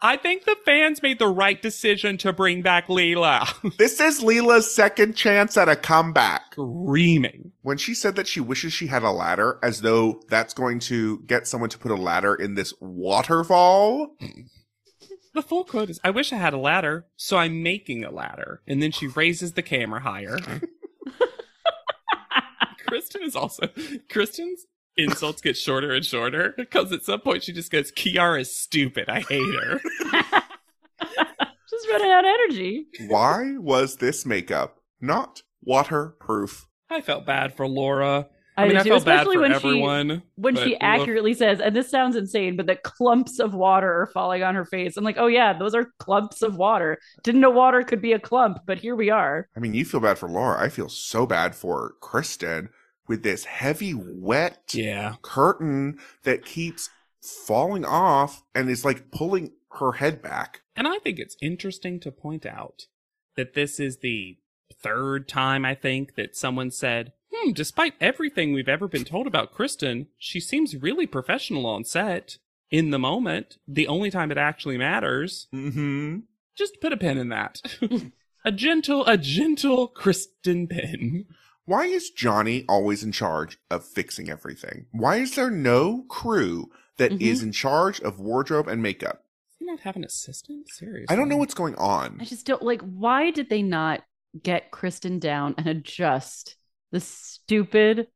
B: I think the fans made the right decision to bring back Leela.
C: This is Leela's second chance at a comeback.
B: Screaming.
C: When she said that she wishes she had a ladder, as though that's going to get someone to put a ladder in this waterfall.
B: The full quote is I wish I had a ladder, so I'm making a ladder. And then she raises the camera higher. Kristen is also Kristen's insults get shorter and shorter because at some point she just goes, Kiara is stupid. I hate her.
D: She's running out of energy.
C: Why was this makeup not waterproof?
B: I felt bad for Laura. I,
D: I
B: mean,
D: do
B: I
D: too,
B: felt bad
D: especially
B: for
D: when she-
B: everyone.
D: When
B: but
D: she
B: Lo-
D: accurately says, and this sounds insane, but that clumps of water are falling on her face. I'm like, oh yeah, those are clumps of water. Didn't know water could be a clump, but here we are.
C: I mean, you feel bad for Laura. I feel so bad for Kristen with this heavy, wet
B: yeah,
C: curtain that keeps falling off and is like pulling her head back.
B: and I think it's interesting to point out that this is the third time I think that someone said, "Hmm, despite everything we've ever been told about Kristen, she seems really professional on set." In the moment, the only time it actually matters,
C: Mm-hmm.
B: just put a pin in that. a gentle, a gentle Kristen pin.
C: Why is Johnny always in charge of fixing everything? Why is there no crew that is
D: Mhm.
C: in charge of wardrobe and makeup?
B: You not have an assistant? Seriously,
C: I don't know what's going on.
D: I just don't like why did they not get Kristen down and adjust the stupid,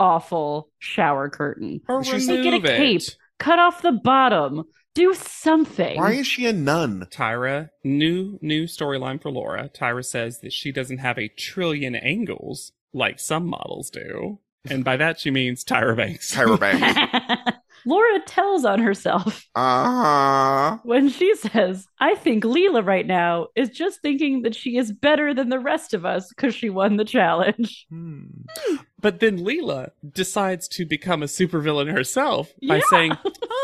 D: awful shower curtain?
B: Or
C: She's-
D: Like, get a
B: remove it.
D: cape. Cut off the bottom. Do something.
C: Why is she a nun?
B: Tyra, new new storyline for Laura. Tyra says that she doesn't have a trillion angles like some models do. And by that she means Tyra Banks.
C: Tyra Banks.
D: Laura tells on herself
C: Ah.
D: when she says, I think Leela right now is just thinking that she is better than the rest of us because she won the challenge.
C: Hmm.
B: But then Leela decides to become a supervillain herself by
D: Yeah.
B: saying,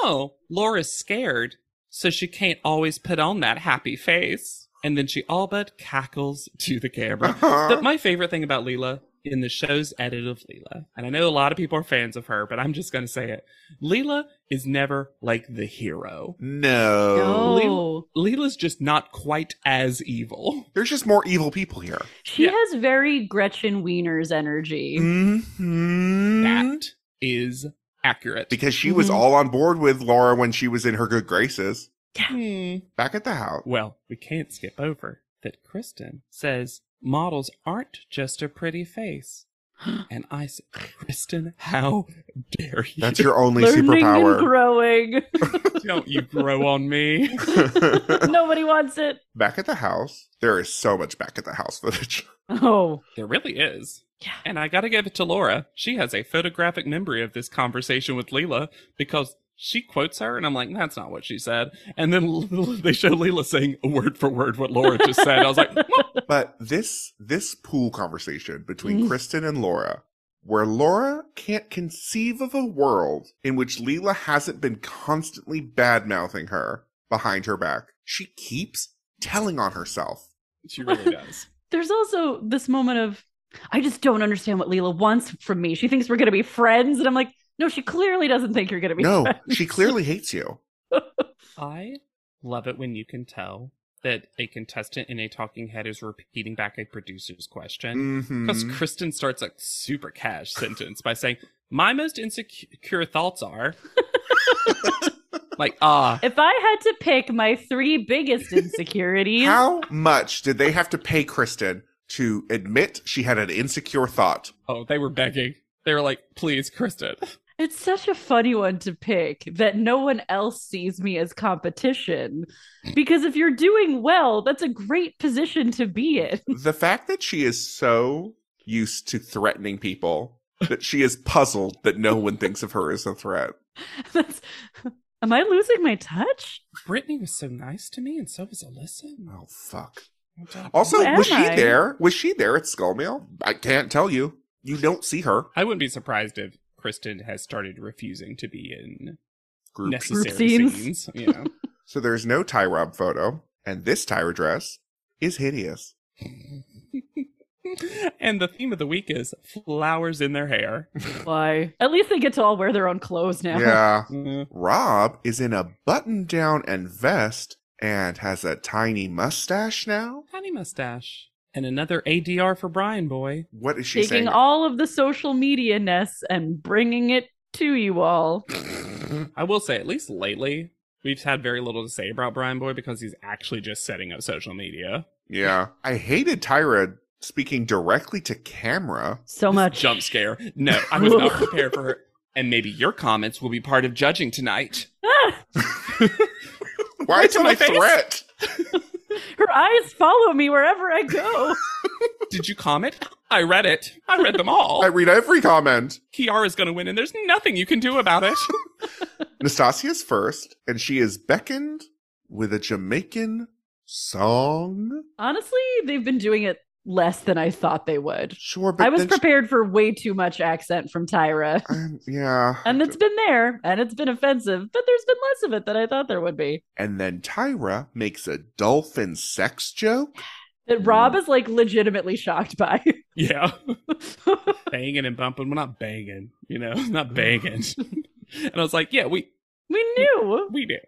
B: Oh, Laura's scared, so she can't always put on that happy face. And then she all but cackles to the camera.
C: Uh-huh.
B: But my favorite thing about Leela in the show's edit of Leela, and I know a lot of people are fans of her, but I'm just going to say it Leela is never like the hero.
C: No.
D: No.
B: Leela's just not quite as evil.
C: There's just more evil people here.
D: She
B: Yeah.
D: has very Gretchen Wiener's energy.
C: Mm-hmm.
B: That is accurate.
C: Because she was
D: Mhm.
C: all on board with Laura when she was in her good graces.
B: Hmm.
C: Back at the house.
B: Well, we can't skip over that Kristen says models aren't just a pretty face. And I said, Kristen, how dare you?
C: That's your only
D: Learning and
C: superpower.
D: growing.
B: Don't you grow on me.
D: Nobody wants it.
C: back at the house. There is so much back at the house footage.
D: Oh.
B: There really is.
D: Yeah.
B: And I gotta give it to Laura. She has a photographic memory of this conversation with Leela because she quotes her, and I'm like, that's not what she said. And then they show Leela saying word for word what Laura just said. I was like,
C: But this this pool conversation between
D: Mm.
C: Kristen and Laura, where Laura can't conceive of a world in which Leela hasn't been constantly bad mouthing her behind her back. She keeps telling on herself.
B: she really does.
D: There's also this moment of, I just don't understand what Leela wants from me. She thinks we're going to be friends. And I'm like, no, she clearly doesn't think you're going to be
C: No,
D: friends.
C: she clearly hates you.
B: I love it when you can tell that a contestant in a talking head is repeating back a producer's question. Because
C: Mhm.
B: Kristen starts a super cash sentence by saying, My most insecure thoughts are. Like, ah,
D: If I had to pick my three biggest insecurities,
C: How much did they have to pay Kristen to admit she had an insecure thought?
B: oh, they were begging. They were like, please, Kristen.
D: it's such a funny one to pick that no one else sees me as competition. Because if you're doing well, that's a great position to be in.
C: the fact that she is so used to threatening people that she is puzzled that no one thinks of her as a threat.
D: That's, am I losing my touch?
B: Brittany was so nice to me, and so was Alyssa.
C: Oh fuck. Also,
D: Who
C: was she
D: am I?
C: there? Was she there at Skull Meal? I can't tell you. You don't see her.
B: I wouldn't be surprised if Kristen has started refusing to be in
C: Group.
B: necessary
D: scenes.
B: scenes. You know,
C: So there's no tie rob photo, and this Tyra dress is hideous.
B: and the theme of the week is flowers in their hair.
D: Why? At least they get to all wear their own clothes now.
C: Yeah.
B: Uh,
C: Rob is in a button down and vest and has a tiny mustache now.
B: Honey mustache and another ADR for Brian Boy.
C: What is she
D: Taking
C: saying?
D: all of the social media ness and bringing it to you all.
B: I will say, at least lately, we've had very little to say about Brian Boy because he's actually just setting up social media.
C: yeah. I hated Tyra speaking directly to camera.
D: So much.
B: Jump scare. No, I was not prepared for her. And maybe your comments will be part of judging tonight.
C: Why
B: Right
C: is
B: to
C: it
B: my
C: a
B: face.
C: threat?
D: Her eyes follow me wherever I go.
B: Did you comment? I read it. I read them all.
C: I read every comment.
B: Kiara's going to win, and there's nothing you can do about it.
C: Nastasia's first, and she is beckoned with a Jamaican song.
D: Honestly, they've been doing it less than I thought they would.
C: Sure, but
D: I was
C: then she-
D: prepared for way too much accent from Tyra.
C: Um, yeah.
D: And it's been there, and it's been offensive, but there's been less of it than I thought there would be.
C: And then Tyra makes a dolphin sex joke. Mm.
D: That Rob is like legitimately shocked by.
B: yeah. banging and bumping. We're not banging, you know, not banging. and I was like, yeah, we,
D: we knew.
B: we do.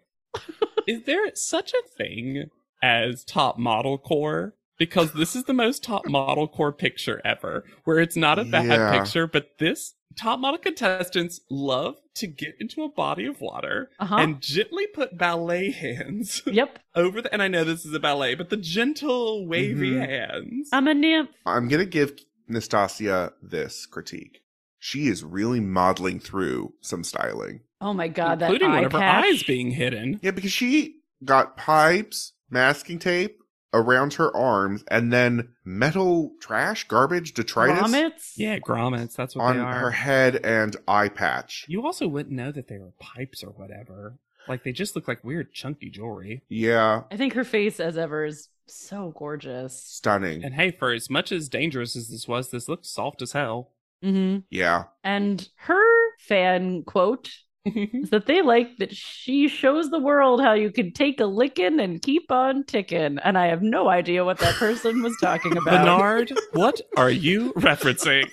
B: is there such a thing as top model core? Because this is the most top model core picture ever, where it's not a bad
C: Yeah.
B: picture, but this top model contestants love to get into a body of water
D: Uh-huh.
B: and gently put ballet hands
D: Yep.
B: over the, and I know this is a ballet, but the gentle
C: Mm-hmm.
B: wavy hands.
D: I'm a nymph.
C: I'm going to give Nastasia this critique. She is really modeling through some styling.
D: Oh my god, that
B: including
D: eye
B: one of her
D: patch.
B: eyes being hidden.
C: Yeah, because she got pipes, masking tape around her arms, and then metal trash, garbage, detritus
D: Grommets?
B: Yeah, grommets. That's what
C: on
B: they are.
C: her head and eye patch.
B: You also wouldn't know that they were pipes or whatever. Like they just look like weird chunky jewelry.
C: Yeah,
D: I think her face, as ever, is so gorgeous.
C: stunning.
B: And hey, for as much as dangerous as this was, this looked soft as hell.
D: Mm-hmm.
C: yeah.
D: And her fan quote is that they like that she shows the world how you can take a licking and keep on ticking. And I have no idea what that person was talking about.
B: Bernard, what are you referencing?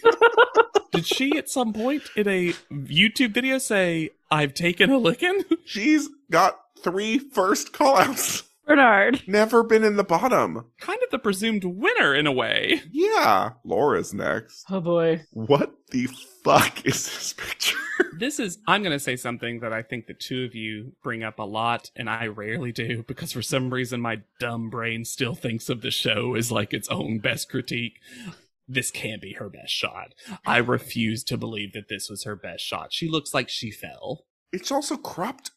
B: Did she at some point in a YouTube video say, I've taken a licking?
C: She's got three first callouts.
D: Bernard.
C: Never been in the bottom.
B: Kind of the presumed winner in a way.
C: Yeah. Laura's next.
D: Oh boy.
C: What the fuck is this picture?
B: This is, I'm going to say something that I think the two of you bring up a lot, and I rarely do because for some reason my dumb brain still thinks of the show as like its own best critique. This can't be her best shot. I refuse to believe that this was her best shot. She looks like she fell.
C: It's also cropped.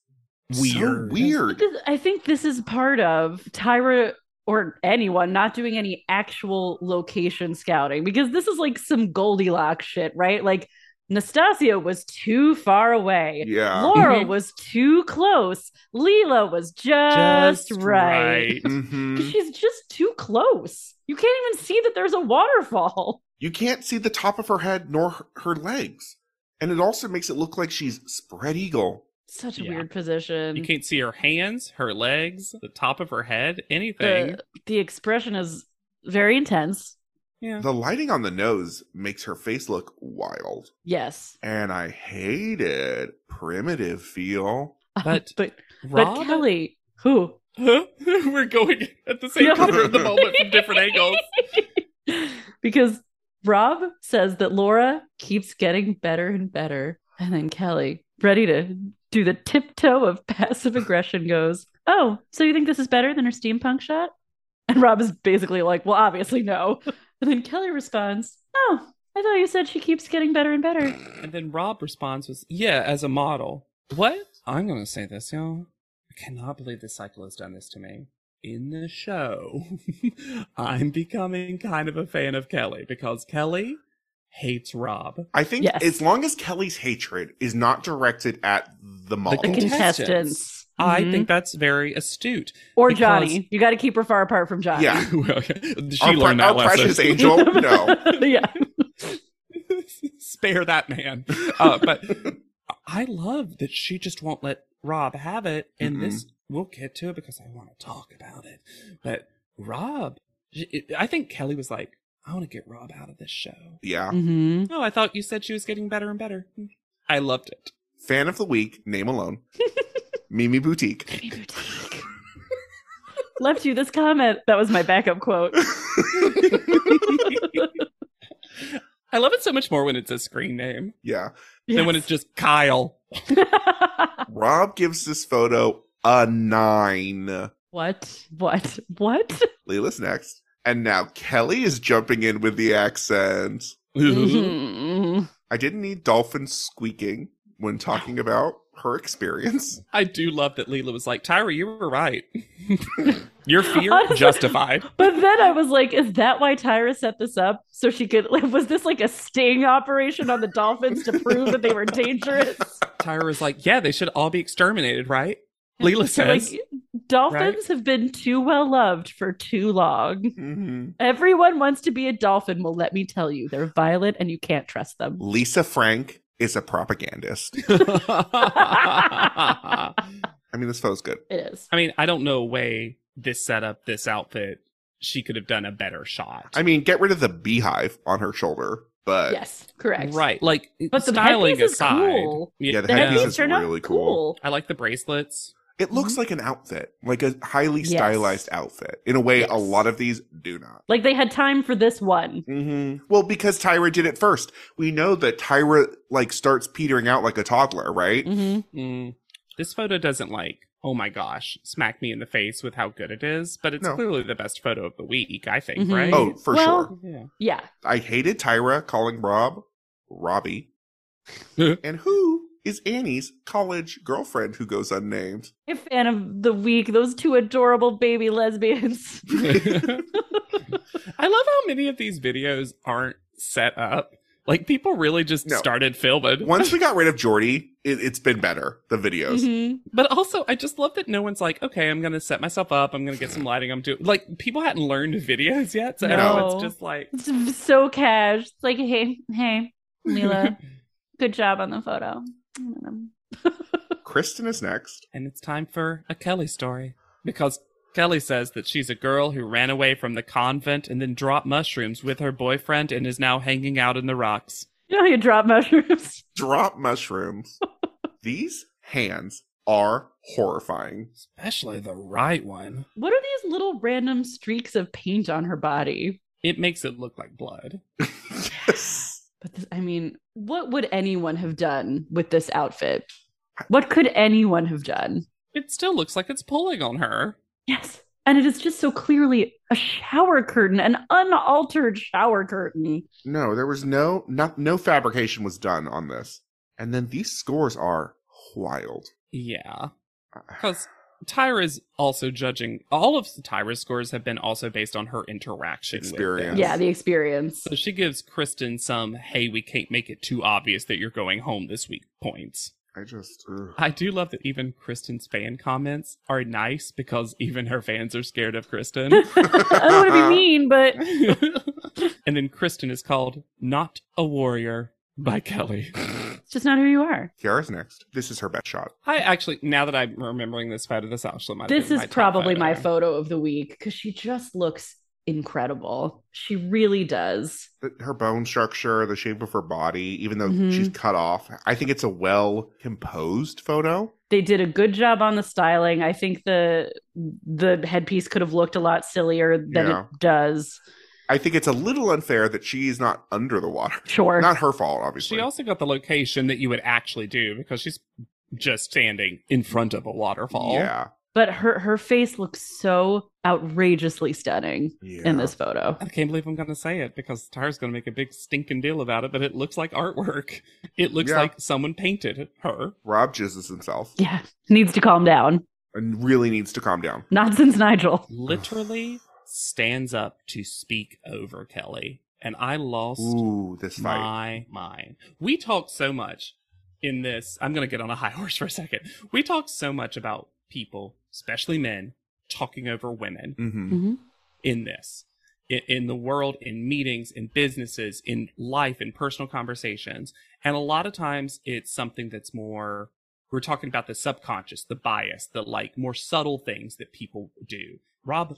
C: Weird.
B: Weird.
C: weird.
D: This- I think this is part of Tyra or anyone not doing any actual location scouting because this is like some Goldilocks shit, right? Like Nastasia was too far away.
C: Yeah.
D: Laura
B: Mhm.
D: was too close. Leela was just, right.
C: hmm
D: She's just too close. You can't even see that there's a waterfall.
C: You can't see the top of her head nor her- her legs. And it also makes it look like she's spread eagle.
D: Such a
B: Yeah.
D: weird position.
B: You can't see her hands, her legs, the top of her head, anything.
D: the, the expression is very intense.
B: yeah.
C: The lighting on the nose makes her face look wild.
D: Yes.
C: And I hated primitive feel.
B: But,
D: But
B: Rob,
D: but Kelly, who?
B: we're going at the same
D: No.
B: time at the moment from different angles.
D: because Rob says that Laura keeps getting better and better. And then Kelly, ready to do the tiptoe of passive aggression goes, Oh, so you think this is better than her steampunk shot? And Rob is basically like, Well, obviously, no. And then Kelly responds, Oh, I thought you said she keeps getting better and better.
B: And then Rob responds with, "Yeah, as a model." What? I'm gonna say this, y'all. I cannot believe this cycle has done this to me. In the show, I'm becoming kind of a fan of Kelly because Kelly hates Rob.
C: I think as long as Kelly's hatred is not directed at the model,
D: contestants.
B: I
D: Mhm.
B: think that's very astute.
D: Or
B: because-
D: Johnny. You got to keep her far apart from Johnny.
C: Yeah.
B: Well, she
C: Our pre-
B: learned that
C: our
B: lesson.
C: precious angel, no.
D: yeah.
B: Spare that man. Uh, but I love that she just won't let Rob have it. And this, we'll get to it because I want to talk about it. But Rob, I think Kelly was like, I want to get Rob out of this show.
C: yeah.
D: Mm-hmm.
B: Oh, I thought you said she was getting better and better. I loved it.
C: Fan of the week, name alone, Mimi Boutique.
D: Left you this comment. That was my backup quote.
B: I love it so much more when it's a screen name
C: Yeah.
B: than when it's just Kyle.
C: Rob gives this photo a nine.
D: What? What? What?
C: Leela's next. And now Kelly is jumping in with the accent.
D: Mhm.
C: I didn't need dolphins squeaking when talking about her experience.
B: I do love that Leela was like, Tyra, you were right. Your fear justified.
D: But then I was like, is that why Tyra set this up? So she could, like, was this like a sting operation on the dolphins to prove that they were dangerous?
B: Tyra was like, yeah, they should all be exterminated, right? Leela
D: So, like,
B: says,
D: dolphins have been too well loved for too long.
C: Mhm.
D: Everyone wants to be a dolphin. Well, let me tell you, they're violent and you can't trust them.
C: Lisa Frank is a propagandist.
B: I
C: mean, this photo's good.
D: It is.
B: I mean, I don't know a way this setup, this outfit, she could have done a better shot.
C: I mean, get rid of the beehive on her shoulder, but
D: Yes, correct.
B: Uh, Right. Like,
D: But the
B: styling
D: headpiece is
B: aside.
D: cool.
C: yeah, the,
D: The
C: headpiece
D: headpiece
C: is
D: turned out
C: really cool.
D: cool.
B: I like the bracelets.
C: It looks like an outfit, like a highly
D: Yes.
C: stylized outfit. In a way, a lot of these do not.
D: Like they had time for this one.
C: hmm Well, because Tyra did it first. We know that Tyra like starts petering out like a toddler, right?
G: Mm-hmm.
B: Mm. This photo doesn't like, oh my gosh, smack me in the face with how good it is, but it's
C: No.
B: clearly the best photo of the week, I think,
D: Mhm.
B: right?
C: Oh, for
D: Well-
B: Yeah.
D: Yeah.
C: sure. I hated Tyra calling Rob Robbie. and who is Annie's college girlfriend who goes unnamed?
D: A fan of the week, those two adorable baby lesbians.
B: I love how many of these videos aren't set up. Like people really just
C: No.
B: started filming.
C: Once we got rid of Jordy, it, it's been better, the videos.
D: Mm-hmm.
B: But also, I just love that no one's like, okay, I'm gonna set myself up. I'm gonna get some lighting. I'm doing like people hadn't learned videos yet, so
D: No.
B: everyone's just like,
D: It's so cash. It's like, hey, hey, Mila, good job on the photo.
C: Kristen is next.
B: and it's time for a Kelly story because Kelly says that she's a girl who ran away from the convent and then dropped mushrooms with her boyfriend and is now hanging out in the rocks.
D: You know how you drop mushrooms?
C: Drop mushrooms. These hands are horrifying.
B: Especially the right one.
D: What are these little random streaks of paint on her body?
B: It makes it look like blood.
D: But this, I mean, what would anyone have done with this outfit? What could anyone have done?
B: It still looks like it's pulling on her.
D: Yes. And it is just so clearly a shower curtain, an unaltered shower curtain.
C: No, there was no not no fabrication was done on this. And then these scores are wild.
B: Yeah. Because Tyra's also judging all of Tyra's scores have been also based on her interaction with
C: Experience.
B: them.
D: Yeah, the experience.
B: So she gives Kristen some, hey, we can't make it too obvious that you're going home this week points.
C: I just ugh.
B: I do love that even Kristen's fan comments are nice because even her fans are scared of Kristen.
D: I don't want to be mean, but
B: and then Kristen is called Not a Warrior by Kelly.
D: it's just not who you are.
C: Kiara's next. This is her best shot.
B: I actually, now that I'm remembering this photo, this actually might have
D: This
B: been
D: is
B: my top
D: probably
B: photo.
D: my photo of the week because she just looks incredible. She really does.
C: The- Her bone structure, the shape of her body, even though
B: Mm-hmm.
D: Mhm.
C: she's cut off. I think it's a well composed photo.
D: They did a good job on the styling. I think the the headpiece could have looked a lot sillier than
C: Yeah.
D: it does.
C: I think it's a little unfair that she's not under the water.
D: Sure.
C: Not her fault, obviously.
B: She also got the location that you would actually do because she's just standing in front of a waterfall.
C: Yeah.
D: But her her face looks so outrageously stunning
C: Yeah.
D: in this photo.
B: I can't believe I'm going to say it because Tyra's going to make a big stinking deal about it, but it looks like artwork. It looks
C: Yeah.
B: like someone painted her.
C: Rob jizzes himself
D: Yeah, needs to calm down.
C: and really needs to calm down.
D: Not since Nigel.
B: Literally stands up to speak over Kelly. And I lost
C: Ooh, this fight.
B: my mind. We talk so much in this. I'm going to get on a high horse for a second. We talk so much about people, especially men, talking over women
C: hmm
D: Mhm.
B: in this, in, in the world, in meetings, in businesses, in life, in personal conversations. And a lot of times it's something that's more, we're talking about the subconscious, the bias, the like more subtle things that people do. Rob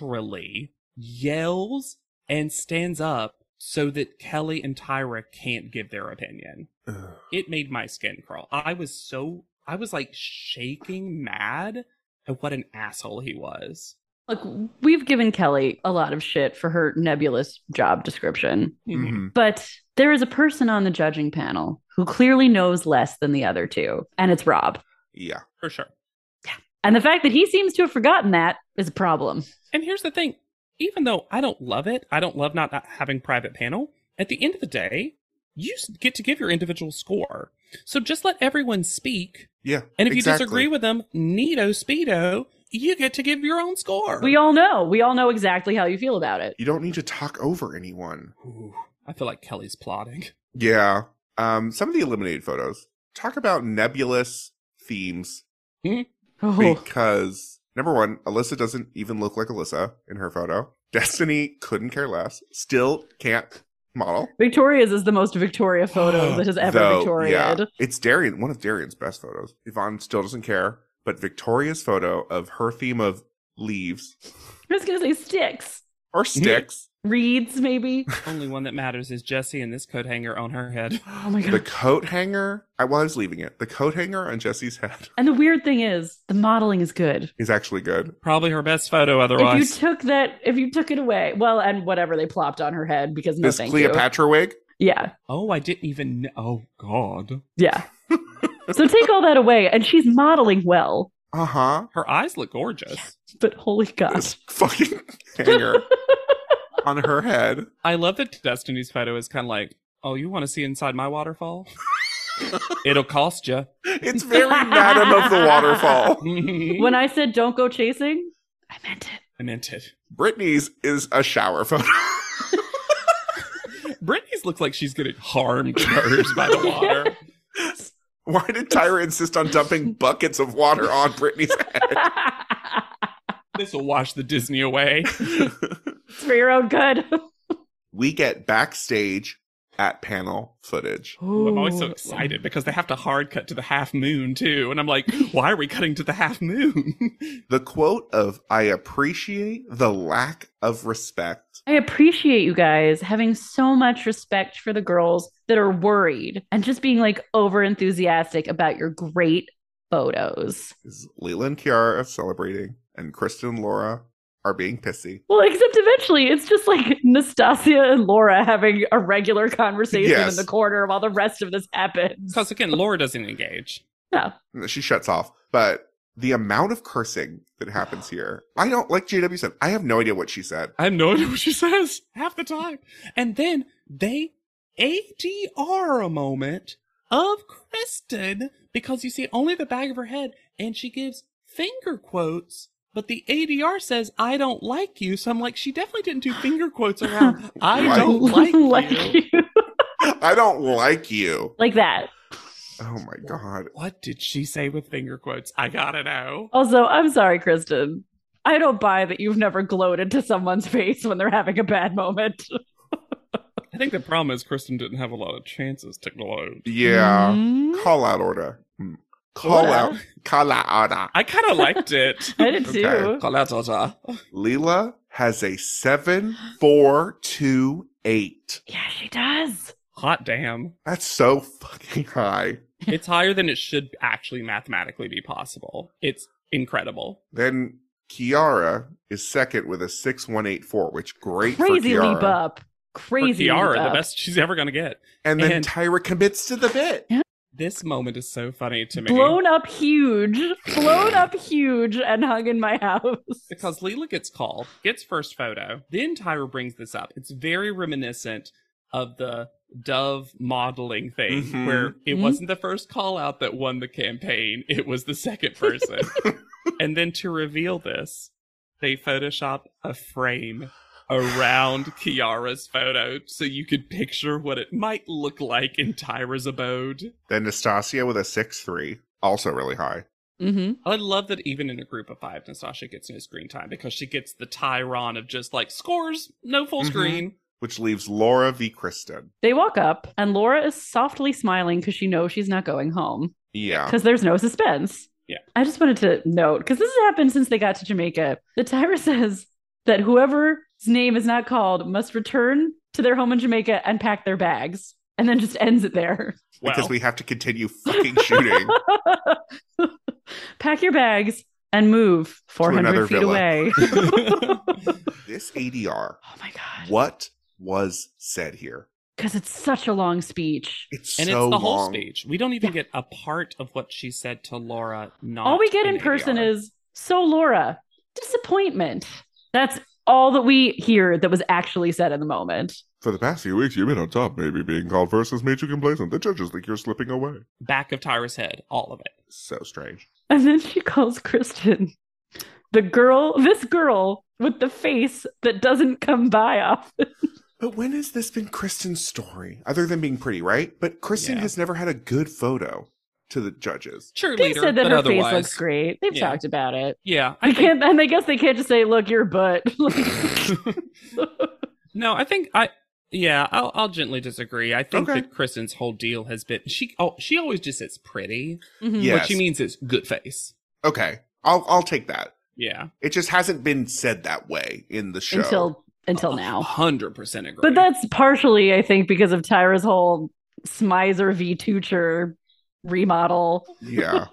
B: literally yells and stands up so that Kelly and Tyra can't give their opinion. It made my skin crawl. I was so, I was like shaking mad at what an asshole he was.
D: Look, we've given Kelly a lot of shit for her nebulous job description,
B: Mm-hmm.
C: hmm
D: but there is a person on the judging panel who clearly knows less than the other two, and it's Rob.
C: Yeah.
B: For sure.
D: And the fact that he seems to have forgotten that is a problem.
B: And here's the thing even though I don't love it, I don't love not not having private panel, at the end of the day, you s- get to give your individual score. So just let everyone speak.
C: Yeah.
B: And if
C: exactly.
B: you disagree with them, neato speedo, you get to give your own score.
D: We all know. We all know exactly how you feel about it.
C: you don't need to talk over anyone.
B: Ooh, I feel like Kelly's plotting.
C: Yeah. Um, some of the eliminated photos talk about nebulous themes
D: Oh,
C: because number one, Alyssa doesn't even look like Alyssa in her photo. Destiny couldn't care less. Still can't model.
D: Victoria's is the most Victoria photo that has ever
C: Though,
D: Victoria'd.
C: yeah, it's Darian, one of Darian's best photos. Yvonne still doesn't care, but Victoria's photo of her theme of leaves
D: I was gonna say sticks,
C: or sticks,
D: reeds, maybe.
B: Only one that matters is Jesse and this coat hanger on her head.
D: Oh my
C: the
D: god!
C: coat hanger. I was leaving it. The coat hanger on Jesse's head
D: And the weird thing is, the modeling is good.
C: is actually good.
B: Probably her best photo
D: If you
B: otherwise.
D: took that, if you took it away, well, and whatever they plopped on her head because no,
C: This
D: thank
C: Cleopatra wig.
D: you. Yeah,
B: oh, I didn't even know. Oh, God.
D: yeah. so take all that away, and she's modeling well.
C: Uh huh.
B: Her eyes look gorgeous.
D: But holy god,
C: This fucking hanger on her head.
B: I love that Destiny's photo is kind of like, oh, you want to see inside my waterfall? It'll cost you.
C: It's very Madam of the Waterfall.
B: I
D: when I said don't go chasing, I meant it.
B: meant it.
C: Brittany's is a shower photo.
B: Brittany's looks like she's getting harmed hers by the water.
C: Why did Tyra insist on dumping buckets of water on Brittany's head?
B: This will wash the Disney away.
D: it's for your own good.
C: we get backstage at panel footage.
B: Ooh, I'm always so excited because they have to hard cut to the half moon too, and I'm like, why are we cutting to the half moon?
C: The quote of I appreciate the lack of respect.
D: I appreciate you guys having so much respect for the girls that are worried and just being like over enthusiastic about your great photos.
C: is Leland Kiara of celebrating and Kristen and Laura are being pissy.
D: Well, except eventually it's just like Nastasia and Laura having a regular conversation
C: Yes.
D: in the corner while the rest of this happens.
B: Because again, Laura doesn't engage.
C: She shuts off. But the amount of cursing that happens here, I don't like JW said. I have no idea what she said.
B: I have no idea what she says half the time. And then they ADR a moment of Kristen because you see only the back of her head and she gives finger quotes, but the ADR says, I don't like you. So I'm like, she definitely didn't do finger quotes around, I
C: Right.
B: don't like, you.
D: you.
C: I don't like you.
D: like that.
C: Oh my god.
B: What did she say with finger quotes? I gotta know.
D: Also, I'm sorry, Kristen. I don't buy that you've never gloated to someone's face when they're having a bad moment.
B: I think the problem is Kristen didn't have a lot of chances to gloat.
C: Yeah.
F: Mm-hmm.
D: Hmm?
C: Call out order. Hmm. Call
D: Order.
C: out. Call out order.
B: I kind of liked it.
D: I did
C: Okay.
D: too.
B: Call out, Zaza.
C: Leela has a seven four two eight.
D: Yeah, she does.
B: Hot damn.
C: That's so fucking high.
B: it's higher than it should actually mathematically be possible. It's incredible.
C: Then Kiara is second with a six one eight four, which great
D: Crazy
C: for Kiara.
D: leap up.
B: For
D: Crazy
B: Kiara,
D: leap up.
B: the best she's ever going to get.
C: And then
B: And-
C: Tyra commits to the bit.
B: This moment is so funny to me.
D: Blown up huge, blown up huge, and hung in my house.
B: Because Leela gets called, gets first photo, then Tyra brings this up. It's very reminiscent of the dove modeling thing
C: Mhm.
B: where it
D: Mhm.
B: wasn't the first call out that won the campaign, it was the second person. and then to reveal this, they Photoshop a frame around Kiara's photo so you could picture what it might look like in Tyra's abode.
C: Then Nastasia with a six three, also really high.
D: Mm-hmm.
B: I love that even in a group of five, Nastasha gets no screen time because she gets the Tyron of just like scores, no full
C: Mhm.
B: screen.
C: Which leaves Laura v. Kristen.
D: They walk up, and Laura is softly smiling because she knows she's not going home
C: Yeah.
D: because there's no suspense.
B: Yeah.
D: I just wanted to note because this has happened since they got to Jamaica. The Tyra says that whoever's name is not called must return to their home in Jamaica and pack their bags, and then just ends it there.
B: Well,
C: Because we have to continue fucking shooting.
D: pack your bags and move
C: another
D: 400 feet
C: villa.
D: away.
C: this ADR,
D: oh my god!
C: what was said here?
D: Because it's such a long speech.
C: It's
B: and it's the
C: so long.
B: whole speech. We don't even get a part of what she said to Laura. Not
D: all we get in person is so laura disappointment that's all that we hear that was actually said in the moment
C: For the past few weeks, you've been on top, maybe being called first has made you complacent. The judges think you're slipping away.
B: back of Tyra's head, all of it.
C: So strange.
D: and then she calls kristen the girl this girl with the face that doesn't come by often
C: But when has this been Kristen's story? Other than being pretty, right? But Kristen
B: Yeah.
C: has never had a good photo to the judges.
B: Cheerleader,
D: they said that
B: but
D: her
B: otherwise,
D: face looks great they've
B: Yeah.
D: talked about it
B: Yeah, I
D: I
B: think.
D: can't, and I guess they can't just say, "Look, your butt."
B: no, I think I. Yeah, I'll I'll gently disagree. I think
C: Okay.
B: that Kristen's whole deal has been she. Oh, she always just says pretty. What
C: Yes.
B: she means is good face.
C: Okay. I'll I'll take that.
B: Yeah,
C: It just hasn't been said that way in the show.
D: until until now.
B: hundred percent agree.
D: But that's partially, I think, because of Tyra's whole Smizer v. Tucher remodel.
C: yeah.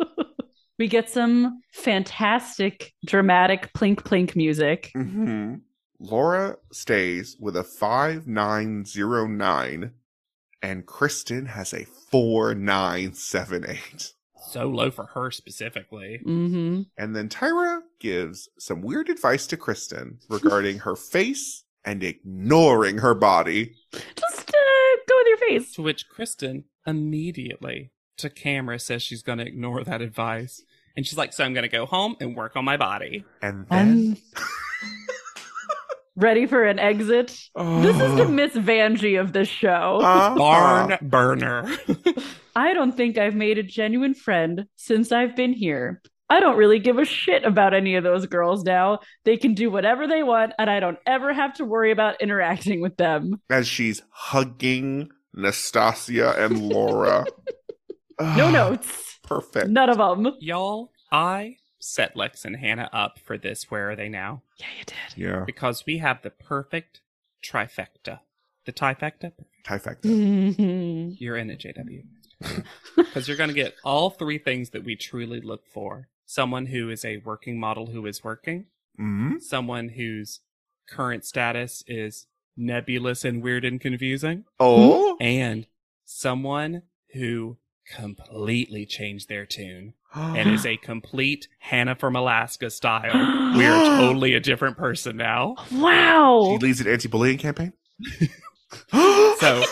D: We get some fantastic dramatic plink plink music.
C: hmm Laura stays with a 5909 and Kristen has a 4978.
B: so low for her specifically.
D: hmm
C: And then Tyra gives some weird advice to Kristen regarding her face and ignoring her body.
D: Just uh, go with your face.
B: To which Kristen immediately to camera says she's going to ignore that advice. And she's like, So I'm going to go home and work on my body.
C: And then
D: I'm ready for an exit. This is the Miss Vanjie of this show.
C: Uh-huh.
B: Barn burner.
D: I don't think I've made a genuine friend since I've been here. I don't really give a shit about any of those girls now. They can do whatever they want, and I don't ever have to worry about interacting with them.
C: as she's hugging Nastasia and Laura.
D: No
C: Ah,
D: notes.
C: Perfect.
D: None of them.
B: Y'all, I set Lex and Hannah up for this. Where are they now?
D: Yeah, you did.
C: Yeah.
B: Because we have the perfect trifecta. The trifecta?
C: Trifecta.
D: Mhm.
B: You're in a JW. Because you're going to get all three things that we truly look for someone who is a working model who is working,
C: hmm
B: someone whose current status is nebulous and weird and confusing,
C: Oh.
B: and someone who completely changed their tune and is a complete Hannah from Alaska style. We are totally a different person now.
D: wow.
C: She leads an anti-bullying campaign.
B: So,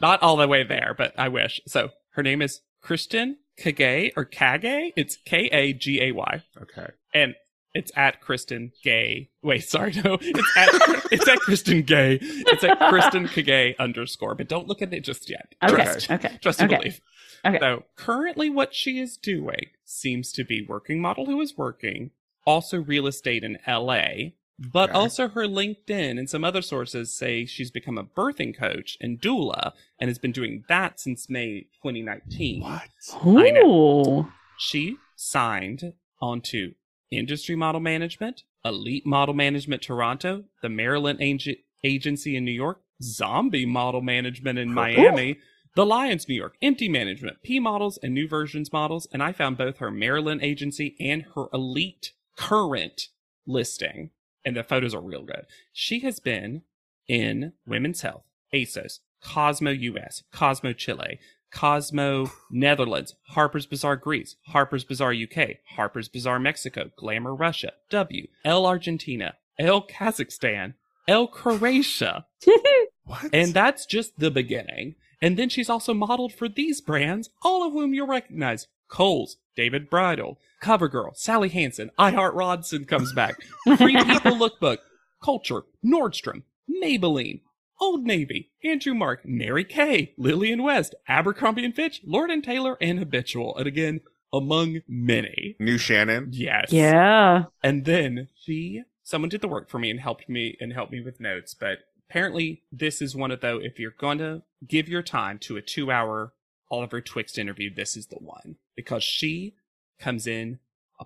B: not all the way there, but I wish. So, her name is Kristen Kagay or Kagay. It's K A G A Y.
C: okay.
B: and it's at Kristen Gay. Wait, sorry, no, it's at it's at Kristen Gay. It's at Kristen Kagay underscore. But don't look at it just yet.
D: Okay.
B: Trust,
D: Okay.
B: trust
D: okay.
B: and believe.
D: Okay.
B: So currently, what she is doing seems to be working model who is working, also real estate in L.A. But
C: Okay.
B: also her LinkedIn and some other sources say she's become a birthing coach and doula and has been doing that since May 2019
C: What?
B: I
D: Ooh.
B: she signed onto Industry Model Management, Elite Model Management Toronto, the Maryland Ag- Agency in New York, Zombie Model Management in Miami, the Lions New York, Empty Management, P Models, and New Versions Models. And I found both her Maryland agency and her Elite current listing. And the photos are real good. She has been in Women's Health, ASOS, Cosmo US, Cosmo Chile, Cosmo Netherlands, Harper's Bazaar Greece, Harper's Bazaar UK, Harper's Bazaar Mexico, Glamour Russia, W, L Argentina, L Kazakhstan, L Croatia.
C: what?
B: And that's just the beginning. And then she's also modeled for these brands, all of whom you'll recognize. Coles, David Bridle, CoverGirl, Sally Hansen, I Heart Rodson comes back, Free People Lookbook, Culture, Nordstrom, Maybelline, Old Navy, Andrew Mark, Mary Kay, Lillian West, Abercrombie and Fitch, Lord and Taylor, and Habitual. And again, among many.
C: New Shannon.
B: Yes.
D: Yeah.
B: And then she, someone did the work for me and helped me and helped me with notes. But apparently, this is one of though. If you're going to give your time to a two-hour Oliver Twixt interview, this is the one because she comes in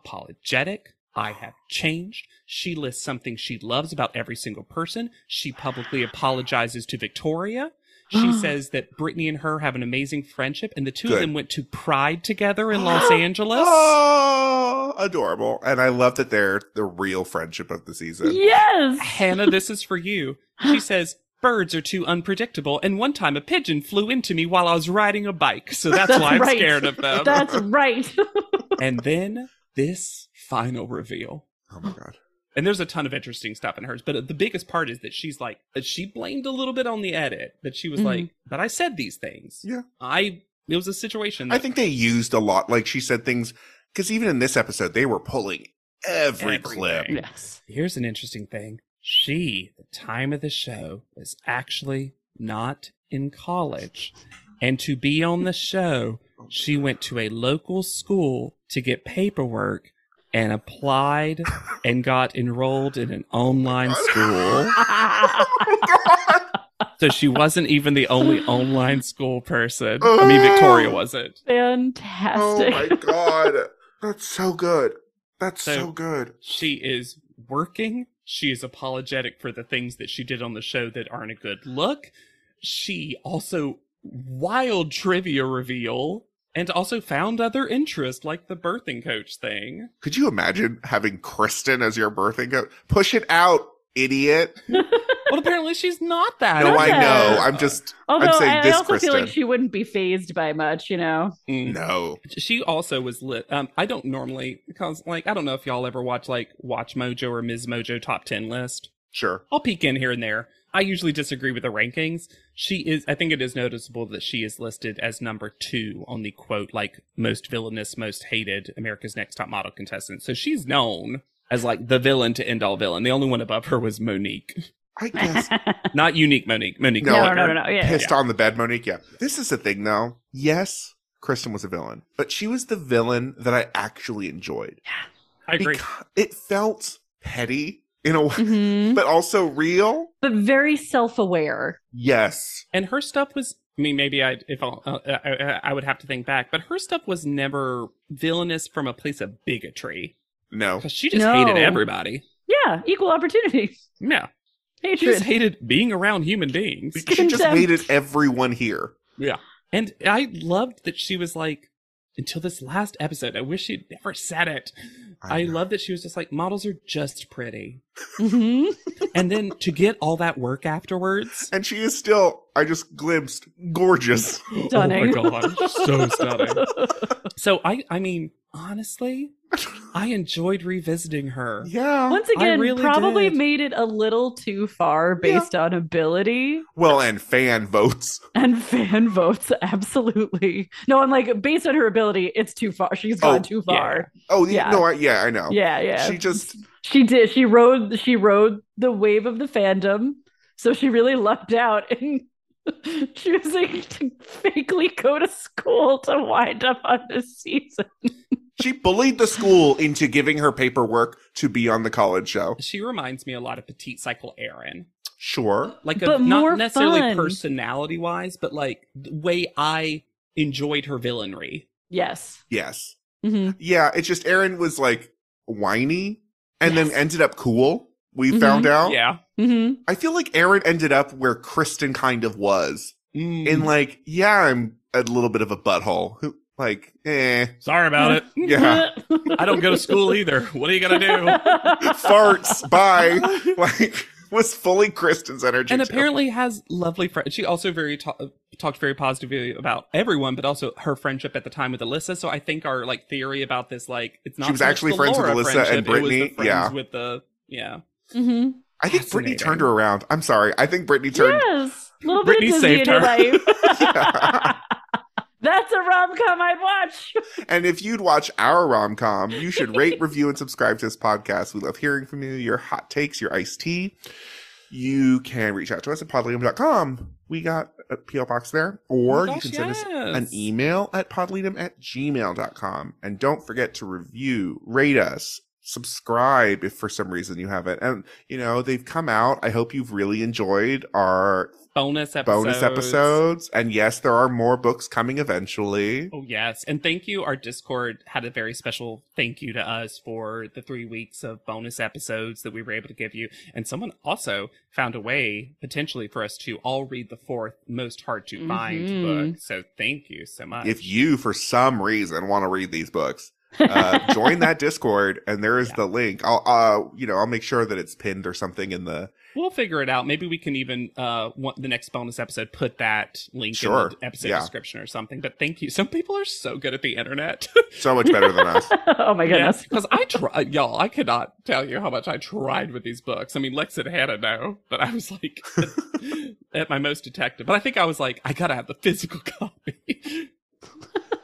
B: apologetic. I have changed. She lists something she loves about every single person. She publicly apologizes to Victoria. She says that Brittany and her have an amazing friendship, and the two of
C: Good.
B: them went to Pride together in Los Angeles.
C: Oh, adorable. And I love that they're the real friendship of the season.
D: Yes.
B: Hannah, this is for you. She says, Birds are too unpredictable, and one time a pigeon flew into me while I was riding a bike, so that's,
D: That's
B: why I'm
D: right.
B: scared of them.
D: That's right.
B: and then this final reveal.
C: Oh my god.
B: And there's a ton of interesting stuff in hers, but uh, the biggest part is that she's like, that she blamed a little bit on the edit, that she was
D: Mhm.
B: like, but I said these things.
C: Yeah.
B: I, it was a situation that
C: I think they used a lot. Like she said things because even in this episode, they were pulling every clip.
B: Everything.
D: yes.
B: Here's an interesting thing. She, the time of the show, was actually not in college. And to be on the show, she went to a local school to get paperwork and applied and got enrolled in an online school. So she wasn't even the only online school person. I mean, Victoria wasn't.
C: Oh
D: Fantastic.
C: my god. That's so good. That's so,
B: So-
C: good.
B: She is working. She is apologetic for the things that she did on the show that aren't a good look. She also wild trivia reveal and also found other interest like the birthing coach thing.
C: Could you imagine having Kristen as your birthing coach? Push it out, idiot.
B: Well, apparently she's not that.
C: No, I
D: that.
C: know. I'm just
D: Although
C: I'm saying
D: I, I
C: this
D: also feel
C: Kristen.
D: like she wouldn't be phased by much, you know.
B: Mm.
C: no.
B: She also was lit. Um, I don't normally because like I don't know if y'all ever watch like Watch Mojo or Ms Mojo top ten list.
C: Sure.
B: I'll peek in here and there. I usually disagree with the rankings. She is, I think it is noticeable that she is listed as number two on the quote, like most villainous, most hated America's Next Top Model contestant. So she's known as like the villain to end all villain. The only one above her was Monique.
C: I guess
B: Not unique Monique. Monique.
C: No,
D: No,
B: Miller.
D: no, no, no. Yeah.
C: pissed on the bed, Monique. Yeah. This is the thing though. Yes, Kristen was a villain, but she was the villain that I actually enjoyed.
B: I agree.
C: Because it felt petty in a way,
D: Mhm.
C: but also real.
D: But very self aware.
C: Yes.
B: and her stuff was i mean maybe i if I'll, uh, I, I- I would have to think back but her stuff was never villainous from a place of bigotry
C: No.
B: because she just
D: No.
B: hated everybody
D: Yeah. Equal opportunity.
B: yeah she
D: Hatred.
B: just hated being around human beings
C: She just
D: Contempt.
C: hated everyone here.
B: yeah and i loved that she was like until this last episode i wish she'd never said it
C: I
B: i
C: know.
B: love that she was just like models are just pretty
D: hmm
B: and then to get all that work afterwards
C: And she is still, I just glimpsed, gorgeous.
D: Stunning.
B: Oh my god, so stunning. So I, I mean, honestly, I enjoyed revisiting her.
C: Yeah.
D: Once again,
B: really
D: probably
B: did.
D: made it a little too far based on ability
C: Well, and fan votes.
D: and fan votes. Absolutely. No, I'm like, based on her ability, it's too far. She's gone
C: Oh,
D: too far.
C: Oh, yeah.
D: Yeah.
C: No, I, yeah, I know.
D: Yeah, yeah.
C: She just,
D: She did. She rode she rode the wave of the fandom. So she really lucked out in choosing to fakely go to school to wind up on this season.
C: she bullied the school into giving her paperwork to be on the college show.
B: She reminds me a lot of Petite Cycle Erin.
C: Sure.
B: Like, a,
D: But
B: not
D: more
B: necessarily
D: fun.
B: personality wise, but like the way I enjoyed her villainry.
D: Yes.
C: Yes.
D: hmm
C: Yeah. It's just Aaron was like whiny and then
D: Yes.
C: ended up cool. We
B: Mm-hmm.
D: Mhm.
C: found out.
B: Yeah.
D: hmm
C: I feel like Aaron ended up where Kristen kind of was.
B: Mm,
C: In like, yeah, I'm a little bit of a butthole. Who- Like, eh.
B: sorry about it.
D: Mm-hmm.
C: Yeah.
B: I don't go to school either. What are you going to do?
C: farts. Bye. Like, was fully Kristen's energy.
B: and
C: too.
B: apparently has lovely friends. She also very ta- talked very positively about everyone, but also her friendship at the time with Alyssa. So I think our like theory about this, like, it's not
C: She was
B: so much
C: actually
B: the
C: friends with
B: Laura
C: Alyssa
B: friendship,
C: and
B: it was the
C: Brittany,
B: friends
C: yeah.
B: with the yeah.
D: Mm-hmm.
C: I think Brittany
B: Fascinating.
C: turned her around. I'm sorry. I think Brittany turned.
D: Yes, little
B: Britney
D: bit of Disney
B: saved
D: in your
B: her.
D: life. That's a rom com I'd watch.
C: And if you'd watch our rom com, you should rate, review, and subscribe to this podcast. We love hearing from you, your hot takes, your iced tea. You can reach out to us at podlium.com. We got a P.O. box there. Or
B: Oh my
C: you can
B: gosh,
C: send us an
B: yes.
C: email at podlium at gmail.com. And don't forget to review, rate us, subscribe if for some reason you haven't. And, you know, they've come out. I hope you've really enjoyed our
B: Bonus episodes.
C: bonus episodes. And yes, there are more books coming eventually.
B: Oh yes, and thank you. Our Discord had a very special thank you to us for the three weeks of bonus episodes that we were able to give you. And someone also found a way potentially for us to all read the fourth most hard to find
D: Mhm.
B: book. So thank you so much.
C: if you for some reason want to read these books uh, join that discord and there is the link i'll uh you know i'll make sure that it's pinned or something in the
B: we'll figure it out. Maybe we can even uh want the next bonus episode put that link
C: Sure.
B: in the episode
C: Yeah.
B: description or something. But thank you. Some people are so good at the internet.
C: so much better than us
D: oh my goodness.
B: because I tried, y'all. I could not tell you how much I tried with these books. I mean, Lex and Hannah know, but I was like at my most detective. But I think I was like, I gotta have the physical copy.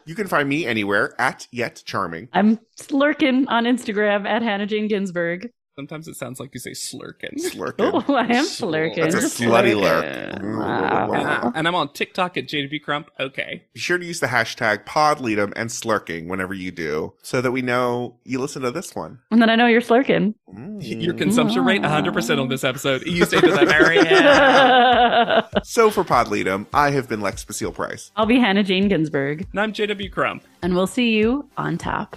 C: you can find me anywhere at yet charming
D: I'm lurking on Instagram at Hannah Jane Ginsburg.
B: Sometimes it sounds like you say slurkin.
C: slurking
D: Oh, I am
B: Slur.
D: slurking.
C: that's a
D: Just
C: slutty lurk
D: lurking. Wow.
B: And, I, Uh, and I'm on TikTok at JDB Crump. Okay.
C: be sure to use the hashtag podleadum and slurking whenever you do so that we know you listen to this one
D: And then I know you're slurking.
C: Mm.
B: Your consumption rate 100% on this episode. You stayed to the very end.
C: so for podleadum i have been lex basile price
D: I'll be Hannah Jane Ginsburg,
B: And I'm JW Crump.
D: and we'll see you on top.